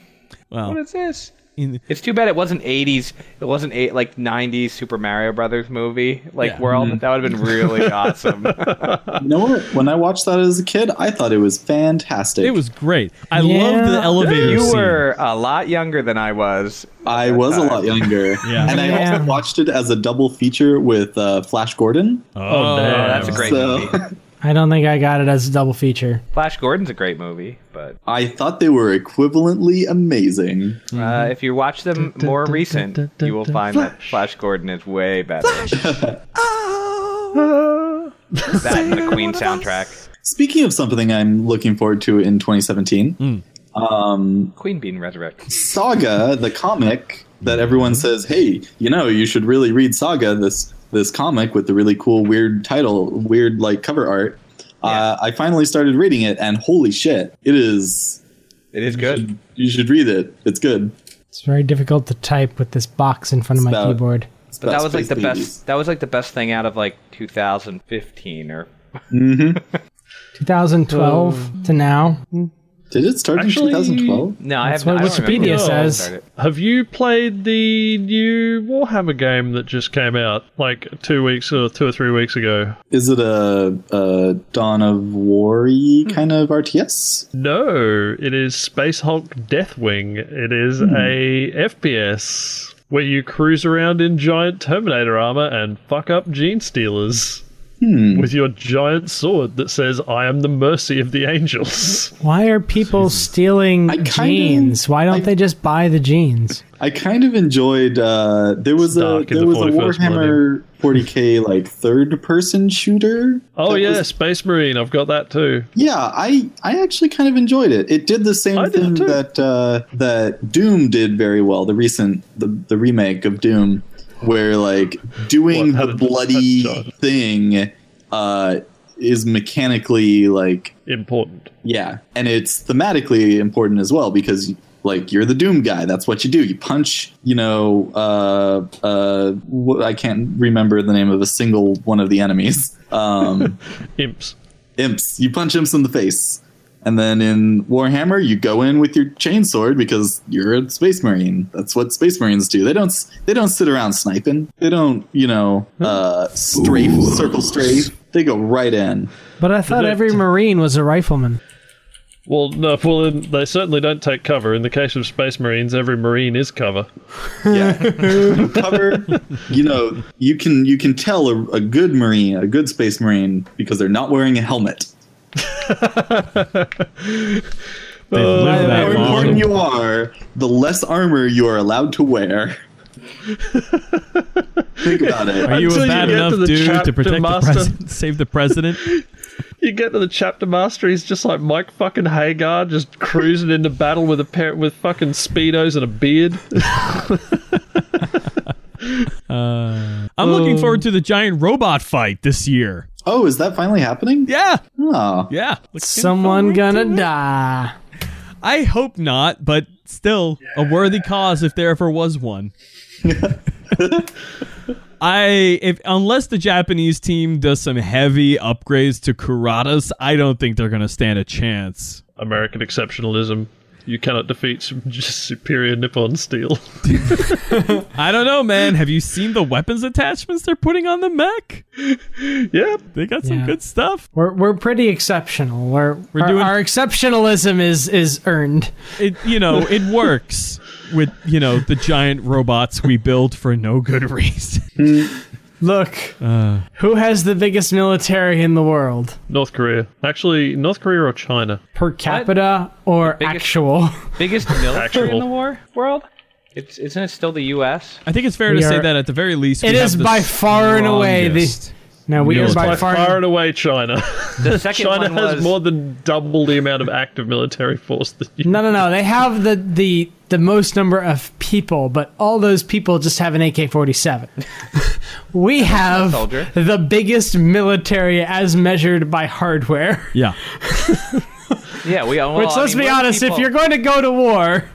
Well, is this? in, It's too bad it wasn't 80s. It wasn't eight, like 90s Super Mario Brothers movie like Yeah. world. That would have been really awesome. You know what? When I watched that as a kid, I thought it was fantastic. it was great. I Yeah. love the elevator you scene. were a lot younger than I was. I was a lot younger. Yeah. And *laughs* I Yeah. also watched it as a double feature with uh, Flash Gordon. Oh, damn. That's a great so movie. I don't think I got it as a double feature. Flash Gordon's a great movie, but I thought they were equivalently amazing. Mm-hmm. uh, if you watch them more recent, you will find that Flash Gordon is way better. *laughs* that and the Queen soundtrack. Speaking of something I'm looking forward to in 2017, Hmm. Queen being resurrected. Saga, the comic that Hmm. everyone says, "Hey, you know, you should really read Saga." This this comic with the really cool, weird title, weird like cover art. Uh, I finally started reading it, and holy shit, it is. It is good. You should read it. It's good. It's very difficult to type with this box in front of my It's about- keyboard. It's But that about was like space the babies. best. That was like the best thing out of like 2015 or 2012 Uh, to now. Did it start Actually- in 2012? no. I That's what haven't. I don't remember Wikipedia when it says. started. Have you played the new Warhammer game that just came out like two weeks or two or three weeks ago? Is it a, a Dawn of War Hmm. kind of RTS? No, it is Space Hulk Deathwing. It is Hmm. a FPS where you cruise around in giant Terminator armor and fuck up gene stealers Hmm. with your giant sword that says, I am the mercy of the *laughs* angels. Why are people stealing I kinda- jeans? Why don't I- they just buy the jeans? I kind of enjoyed. Uh, there was a Dark in there the was a 41st Warhammer 40k like third person shooter. oh, that yeah, was Space Marine. I've got that too. Yeah, I I actually kind of enjoyed it. It did the same I did thing too. that uh, that Doom did very well. The recent the the remake of Doom, where like doing What, how the did the bloody headshot? thing uh, is mechanically like Important. yeah, and it's thematically important as well because like you're the Doom guy. That's what you do. You punch. You know, uh, uh, wh- I can't remember the name of a single one of the enemies. *laughs* Um, Imps. imps. You punch imps in the face. And then in Warhammer, you go in with your chainsword because you're a space marine. That's what space marines do. They don't s- they don't sit around sniping. They don't you know uh, strafe circle strafe. They go right in. But I thought every Marine was a rifleman. Well, no, well, then they certainly don't take cover. In the case of Space Marines, every Marine is cover. *laughs* Yeah, cover. You know you can you can tell a, a good marine, a good space marine, because they're not wearing a helmet. They've lived The that more long. important you are, the less armor you are allowed to wear. Think about it. Are you Until a you bad get enough to the dude chapter to protect the master. president, save the president? You get to the chapter master, he's just like Mike fucking Hagar, just cruising into battle with a pair with fucking speedos and a beard. I'm looking forward to the giant robot fight this year. Oh, is that finally happening? Yeah, Oh. yeah. Someone gonna die. I hope not, but still a worthy cause if there ever was one. I if unless the Japanese team does some heavy upgrades to Kuratas, I don't think they're gonna stand a chance. *laughs* American exceptionalism. You cannot defeat su- just superior Nippon steel. I don't know, man. Have you seen the weapons attachments they're putting on the mech? *laughs* yep. They got some Yeah. good stuff. We're we're pretty exceptional. We're, We're our, doing- our exceptionalism is is earned. It you know, it works with, you know, the giant robots we build for no good *laughs* reason. Look, who has the biggest military in the world? North Korea. Actually, North Korea or China? Per capita or biggest- actual? *laughs* Biggest military in Actual. the war world? It's, isn't it still the U.S.? I think it's fair We to say are- that at the very least, It we have is the by far and away the- strongest. No, we are by Military. far. Far and away, China. *laughs* The second China one has was more than double the amount of active military force than you. No, no, no. They have the the the most number of people, but all those people just have an AK forty seven. *laughs* We have Soldier. the biggest military as measured by hardware. Yeah. yeah. We all. Which, let's be honest, if you're going to go to war,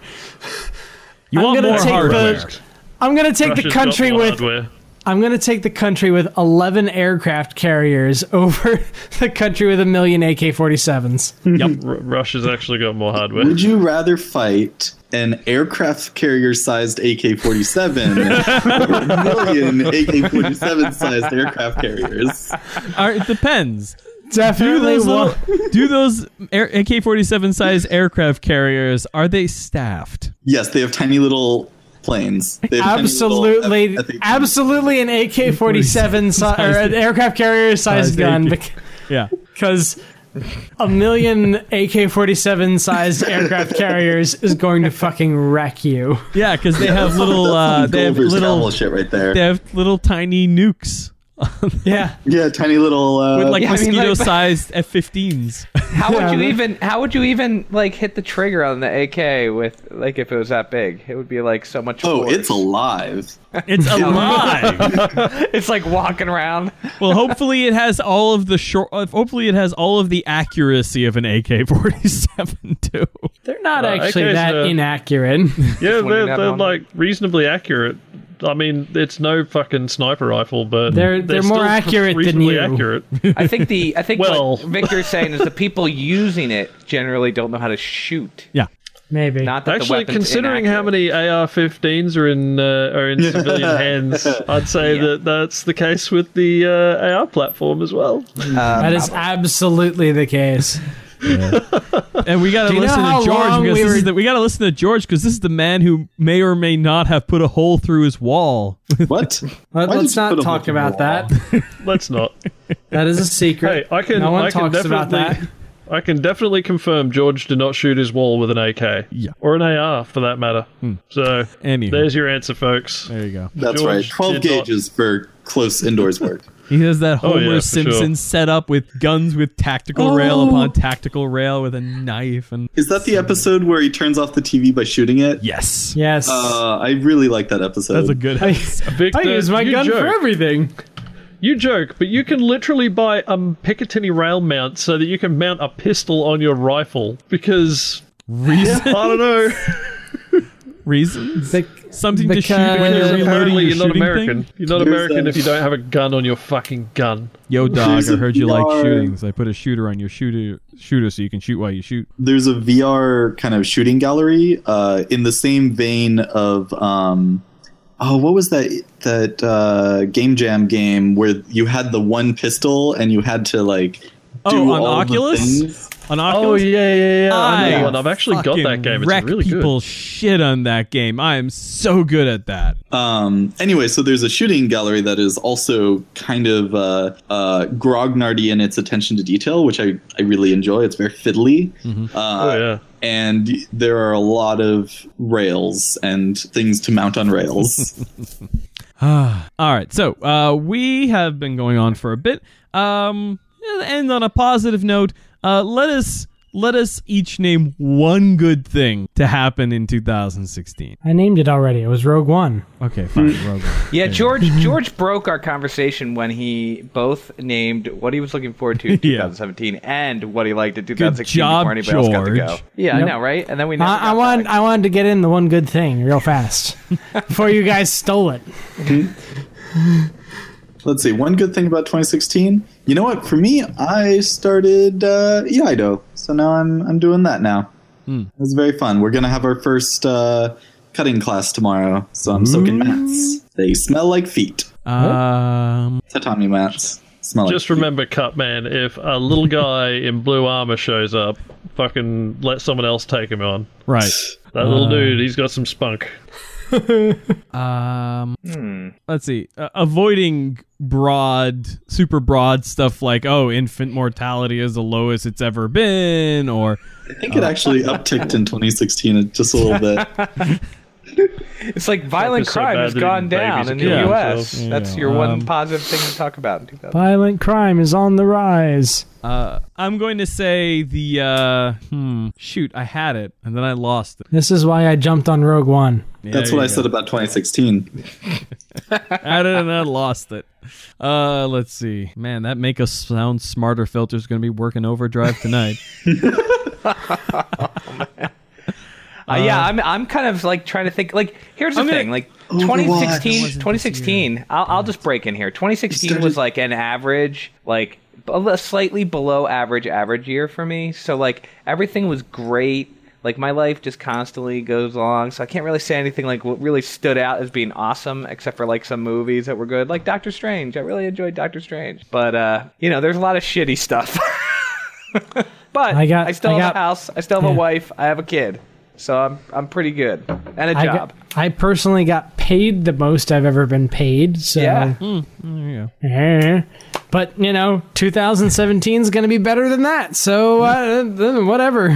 You I'm want gonna more take the- hardware? I'm going to take Russia's the got country more with hardware. I'm going to take the country with 11 aircraft carriers *laughs* over the country with a million AK-47s. R- Russia's actually got more hardware. Would you rather fight an aircraft carrier sized AK 47 or a million AK 47 sized aircraft carriers? All right, it depends. Do Definitely those, one. little- do those air, AK-47 size aircraft carriers are they staffed? Yes, they have tiny little planes. They have tiny little Absolutely, F- F- absolutely an AK-47 si- or an aircraft carrier sized Sized gun AK. Yeah. because a million AK-47 sized aircraft carriers is going to fucking wreck you. Yeah, cuz they have That's little some uh, they have Gulliver's little Travel shit right there. they have little tiny nukes Yeah, Yeah, tiny little uh, with like Yeah, I mean, like- mosquito-sized *laughs* F-15s. how Yeah, would you man. even? How would you even like hit the trigger on the AK with like if it was that big? It would be like so much. Oh, force. it's alive. It's alive. *laughs* it's like walking around. well, hopefully it has all of the short uh, hopefully it has all of the accuracy of an AK-47 too. they're not Uh, actually AKs that are- inaccurate. yeah, wondering they're, that they're one. like reasonably accurate. I mean, it's no fucking sniper rifle, but They're- they're more still accurate than reasonably you. *laughs* Accurate. I think the I think Well. what Victor's saying is the people using it generally don't know how to shoot. Yeah. Maybe Not that the Actually, weapon's considering how many inaccurate. AR-15s are in uh, are in civilian *laughs* hands, I'd say Yeah. that that's the case with the uh, AR platform as well. that is absolutely the case. And we gotta Do you know listen how to George long because we this is were- the, we gotta listen to George because this is the man who may or may not have put a hole through his wall. *laughs* What? Let, Why did let's you put not a talk hole in about the wall? that. *laughs* Let's not. That is a secret. Hey, I can- No one I can talks about that. definitely- I can definitely confirm George did not shoot his wall with an AK. Yeah. Or an AR, for that matter. Hmm. So, Anywho. there's your answer, folks. There you go. That's George right. 12 did not- gauges for close indoors work. He has that Oh, Homer yeah, for Simpson sure. setup with guns with tactical Oh. rail upon tactical rail with a knife and Is that the episode where he turns off the TV by shooting it? yes, Yes. Uh, I really like that episode. that's a good. episode. Victor, I use my you gun joke. for everything. You joke, but you can literally buy a Picatinny rail mount so that you can mount a pistol on your rifle because *laughs* Reason, *laughs* I don't know. reasons, something to shoot because- when you're Because reloading Apparently, your you're not shooting American. thing. You're not There's American that. if you don't have a gun on your fucking gun. Yo, dog, I a heard you like VR. shooting, so I put a shooter on your shooter shooter so you can shoot while you shoot. There's a VR kind of shooting gallery uh, in the same vein of um, oh, what was that that uh, game jam game where you had the one pistol and you had to like do Oh, on all the Oculus, things? on Oh Oculus. yeah, yeah, yeah. I know I that one. I've actually got that fucking game. It's wreck really people good. shit on that game. I am so good at that. Um, anyway, so there's a shooting gallery that is also kind of uh, uh, grognardy in its attention to detail, which I, I really enjoy. It's very fiddly. Mm-hmm. Uh, Oh yeah. And there are a lot of rails and things to mount *laughs* on rails. All right, so uh, we have been going on for a bit. Um, and end on a positive note. Uh, let us let us each name one good thing to happen in 2016. I named it already. It was Rogue One. Okay, fine. Rogue One. Yeah, George George broke our conversation when he both named what he was looking forward to in Yeah. 2017 and what he liked in 2016 job, before anybody else got to go. George. Yeah, Yep. I know, right? And then we never I, I got wanted, back. I wanted to get in the one good thing real fast before you guys stole it. Let's see, one good thing about 2016. You know what? For me, I started uh, EIDO. So now I'm, I'm doing that now. It's very fun. We're going to have our first uh, cutting class tomorrow. So I'm soaking mats. They smell like feet. Um, Tatami mats. Smell like Just remember, cut man. If a little guy in blue armor shows up, fucking let someone else take him on. right. That little dude, he's got some spunk. Um, let's see. Uh, avoiding broad, super broad stuff like, oh, infant mortality is the lowest it's ever been, or I think uh, it actually upticked in 2016 just a little bit. It's like violent so crime bad has that gone babies down in the kill U.S. themselves. That's Yeah. your Um, one positive thing to talk about in 2000. Violent crime is on the rise. uh, I'm going to say the, uh, hmm, shoot, I had it, and then I lost it. This is why I jumped on Rogue One. Yeah, That's there what you go. I said about 2016. I don't know. I lost it. Uh, let's see. Man, that make us sound smarter filter's going to be working overdrive tonight. Uh, yeah, I'm I'm kind of like trying to think. Like, here's the gonna- thing. Like, Overwatch. 2016, Wasn't 2016. I'll, I'll just break in here. 2016 was started- like an average, like a slightly below average average year for me. So like everything was great. Like my life just constantly goes along, so I can't really say anything like what really stood out as being awesome, except for like some movies that were good, like Doctor Strange. I really enjoyed Doctor Strange, but uh, you know, there's a lot of shitty stuff. *laughs* But I I, got- still I have got- a house. I still have yeah. a wife. I have a kid. So I'm I'm pretty good and a I, job. got, I personally got paid the most I've ever been paid. So, Yeah. Hmm, there you go. Eh. but you know, 2017 is going to be better than that. So, uh, then whatever.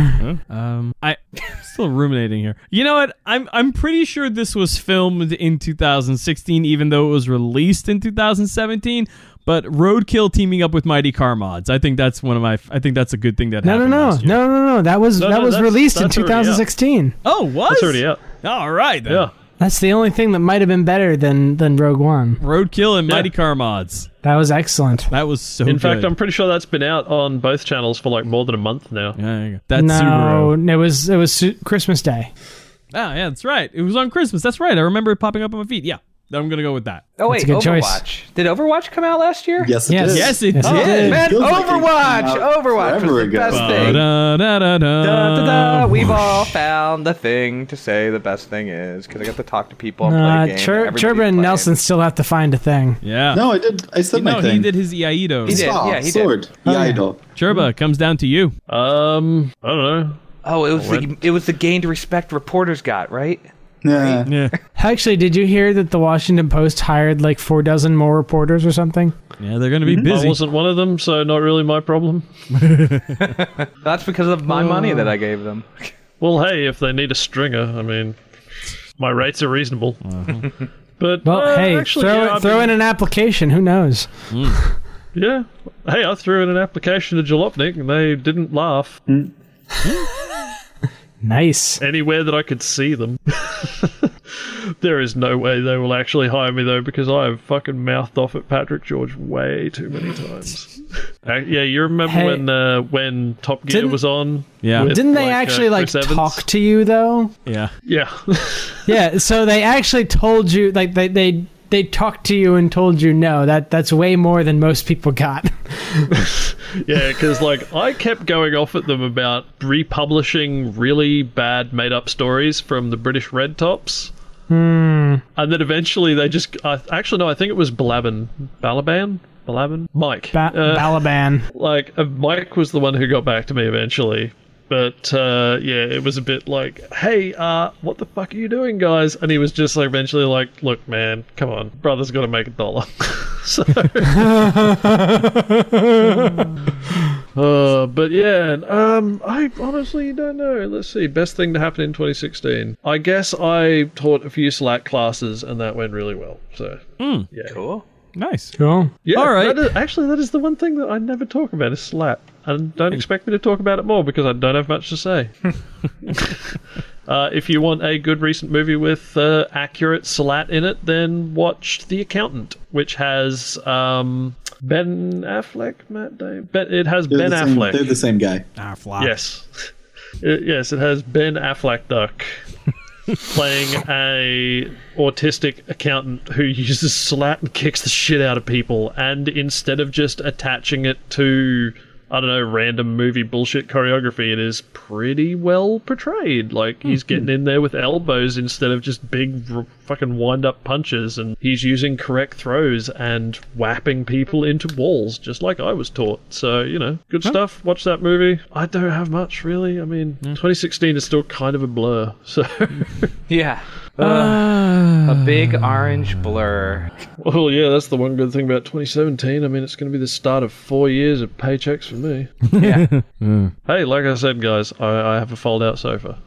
Um, I, I'm still ruminating here. You know what? I'm I'm pretty sure this was filmed in 2016, even though it was released in 2017. But Roadkill teaming up with Mighty Car Mods, I think that's one of my. I think that's a good thing that No, no, happened. no, last year. no, no, no. That was No, that no, was that's- released in that's already out. 2016. Oh, what? It's already out. All right. Then. Yeah. That's the only thing that might have been better than than Rogue One. Roadkill and Mighty Car Mods. That was excellent. That was so. In fact, good. I'm pretty sure that's been out on both channels for like more than a month now. Yeah, there you go. That's Subaru. no, it was it was Su- Christmas Day. Ah, yeah, that's right. It was on Christmas. That's right. I remember it popping up on my feed. Yeah, I'm gonna go with that. Oh wait, a good Overwatch. choice. Did Overwatch come out last year? Yes, it Yes. is. Yes, it Yes, it did. did. Oh, Man, Feels like it came Overwatch! out Overwatch forever was the ago. best But- thing. Ba-da-da-da. Da, da, da. We've all found the thing to say the best thing is because I got to talk to people and play a Uh, game. Chur- Everybody's Churba and playing. Nelson still have to find a thing. Yeah. No, I did. I said No, my he thing. did his Iaido. He did. Saw, Yeah, he did. sword. E yeah, idol. Cherba, it comes down to you. Um, I don't know. Oh, it was the it was the gained respect reporters got right. Yeah. Yeah. Actually, did you hear that the Washington Post hired like four dozen more reporters or something? Yeah, they're gonna be I busy. wasn't one of them, so not really my problem. That's because of my money that Oh. I gave them. Well, hey, if they need a stringer, I mean, my rates are reasonable. But Uh-huh. Well, uh, hey, actually, throw, yeah, I've throw in been- an application. Who knows? Yeah. Hey, I threw in an application to Jalopnik and they didn't laugh Nice. anywhere that I could see them. *laughs* there is no way they will actually hire me though because I have fucking mouthed off at Patrick George way too many *laughs* times. Uh, yeah, you remember Hey. when uh, when Top Gear Didn't- was on? Yeah. with, Didn't they uh, actually like Chris Evans? talk to you though? yeah. Yeah. *laughs* Yeah, so they actually told you like they they they talked to you and told you no. That that's way more than most people got. *laughs* Yeah, because like I kept going off at them about republishing really bad made-up stories from the British Red Tops, and then eventually they just uh, actually no, I think it was Balaban, Balaban, Balaban, Mike. Ba- Uh, Balaban. like uh, Mike was the one who got back to me eventually, but uh, yeah, it was a bit like, hey, uh, what the fuck are you doing, guys? And he was just like eventually like, look, man, come on, brother's got to make a dollar. *laughs* so. Uh, but yeah, and, um, I honestly don't know. Let's see, best thing to happen in 2016. I guess I taught a few Slack classes, and that went really well. So Cool. Nice. Cool. yeah, All right. that is- actually, that is the one thing that I never talk about is Slack, and don't expect me to talk about it more because I don't have much *laughs* to say. *laughs* uh, if you want a good recent movie with uh, accurate slat in it, then watch The Accountant, which has um, Ben Affleck, Matt Damon. Ben, it has They're Ben the same- Affleck. they're the same guy. Ah, flop. Yes. *laughs* It- yes, it has Ben Affleck Duck playing a autistic accountant who uses slat and kicks the shit out of people and instead of just attaching it to I don't know, random movie bullshit choreography, it is pretty well portrayed. Like, he's getting in there with elbows instead of just big r- fucking wind up punches, and he's using correct throws and whapping people into walls, just like I was taught. So, you know, good stuff. Watch that movie. I *laughs* don't have much, really. I mean, 2016 is still kind of a blur. So, Yeah. Uh. A big orange blur. Well, yeah, that's the one good thing about 2017. I mean, it's going to be the start of four years of paychecks for me. Yeah. Hey, like I said, guys, I, I have a fold-out sofa.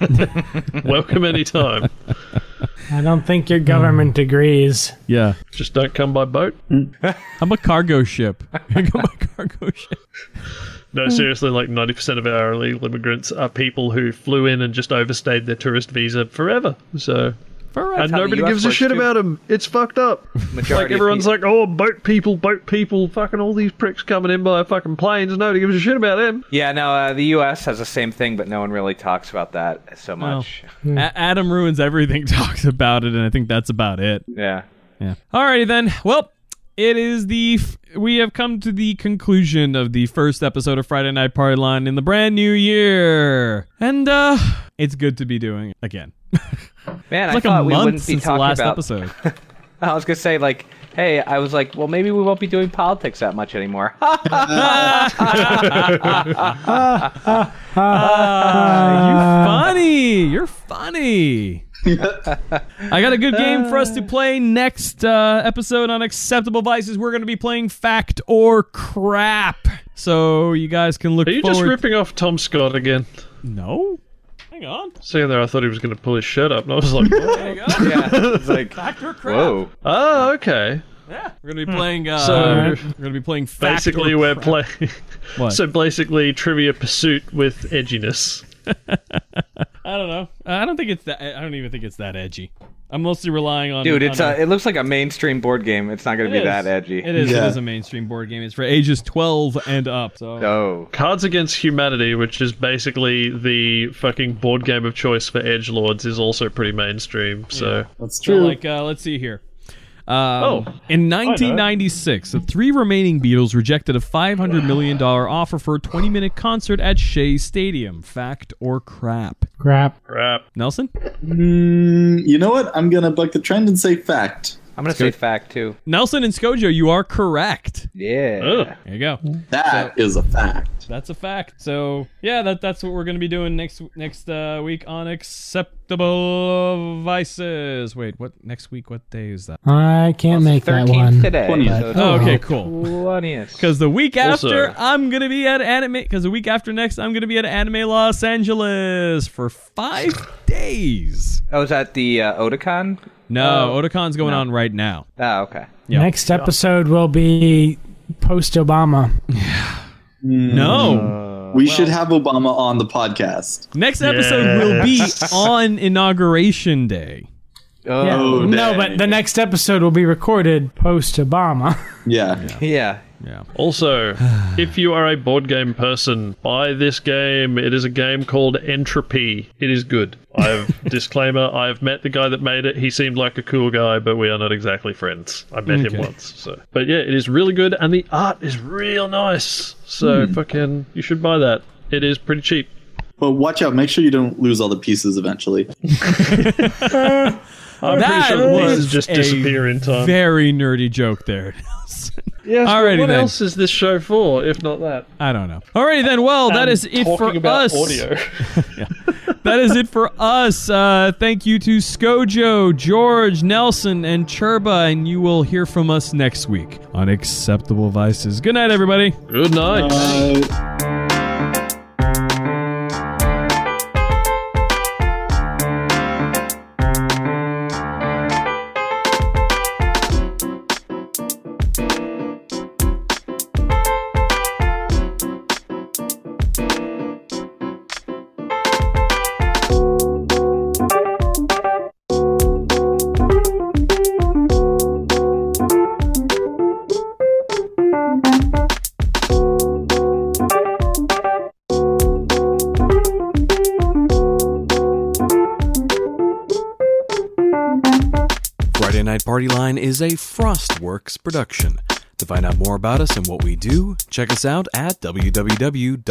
*laughs* Welcome anytime. I don't think your government agrees. yeah. Just don't come by boat. I'm a cargo ship. *laughs* I'm a cargo ship. No, seriously, like 90% of our illegal immigrants are people who flew in and just overstayed their tourist visa forever. So, Forever. and how the nobody US gives a works, shit too. about them. It's fucked up. Majority like, everyone's of like, oh, boat people, boat people, fucking all these pricks coming in by fucking planes. Nobody gives a shit about them. Yeah, no, uh, the U.S. has the same thing, but no one really talks about that Oh. so much. A- Adam ruins everything. *laughs* Talks about it, and I think that's about it. Yeah. Yeah. Alrighty then. Well, it is the f- we have come to the conclusion of the first episode of Friday Night Party Line in the brand new year, and uh, it's good to be doing it again. Man, It's like I thought a we month wouldn't be since the talking last about. *laughs* episode. I was gonna say like, hey, I was like, well, maybe we won't be doing politics that much anymore. *laughs* Uh, Ah, you funny. You're funny. I got a good game for us to play next uh, episode on Acceptable Vices. We're going to be playing Fact or Crap. So you guys can look Are you forward. just ripping off Tom Scott again? no. Hang on. Seeing there, I thought he was going to pull his shirt up, and I was *laughs* like, "What?" yeah, it's like, Fact or Crap. *laughs* whoa. oh, okay. Yeah. We're going to be playing. Uh, So- we're going to be playing Fact Basically, or we're Crap. playing. What? *laughs* so basically, trivia pursuit with edginess. I don't know. I don't think it's that. I don't even think it's that edgy. I'm mostly relying on Dude, it's on a, it looks like a mainstream board game. It's not gonna be it is. that edgy. It is. Yeah. It is a mainstream board game. It's for ages 12 and up. So. Oh, Cards Against Humanity, which is basically the fucking board game of choice for edge lords, is also pretty mainstream. So *laughs* That's So, true. like, uh, let's see here. Um, Oh, in 1996, the three remaining Beatles rejected a 500 million dollar offer for a 20 minute concert at Shea Stadium. Fact or crap? Crap. crap. Nelson? Mm, you know what? I'm gonna buck the trend and say fact. I'm gonna say fact too. Nelson and Skojo, you are correct. Yeah. Ugh. There you go. That is a fact. That's a fact. So yeah, that that's what we're gonna be doing next next uh, week on acceptable vices. Wait, what next week? What day is that? I can't make that 13th one. today. Twentieth. So it's Oh, okay, the cool. *laughs* 20th. Because the week Also- after, I'm gonna be at anime. Because the week after next, I'm gonna be at Anime Los Angeles for five days. Oh, is that the uh, Otakon? Oh. No, Otacon's going on right now. Oh, okay. Yeah. Next episode will be post Obama. Mm. No, We should have Obama on the podcast. next episode will be *laughs* on inauguration day. Oh, Yeah. Oh, no, dang. but the next episode will be recorded post Obama. Yeah. yeah. Yeah. *sighs* Also, if you are a board game person, buy this game. It is a game called Entropy. It is good. *laughs* I've disclaimer. I've met the guy that made it. He seemed like a cool guy, but we are not exactly friends. I met him once. So, but yeah, it is really good, and the art is real nice. So Hmm. fucking, you should buy that. It is pretty cheap. But watch out. Make sure you don't lose all the pieces eventually. I'm That pretty sure the pieces was just a disappear in time. Very nerdy joke there, *laughs* Nelson. Yes, but Alrighty what what then. else else is this show for, if not that? I don't know. Alrighty then. Well, that is it for us. that is it for us. Uh, thank you to Skojo, George, Nelson, and Cherba, and you will hear from us next week on Acceptable Vices. Good night, everybody. Good night. Uh, Friday Night Party Line is a Frostworks production. To find out more about us and what we do, check us out at www.frost.works.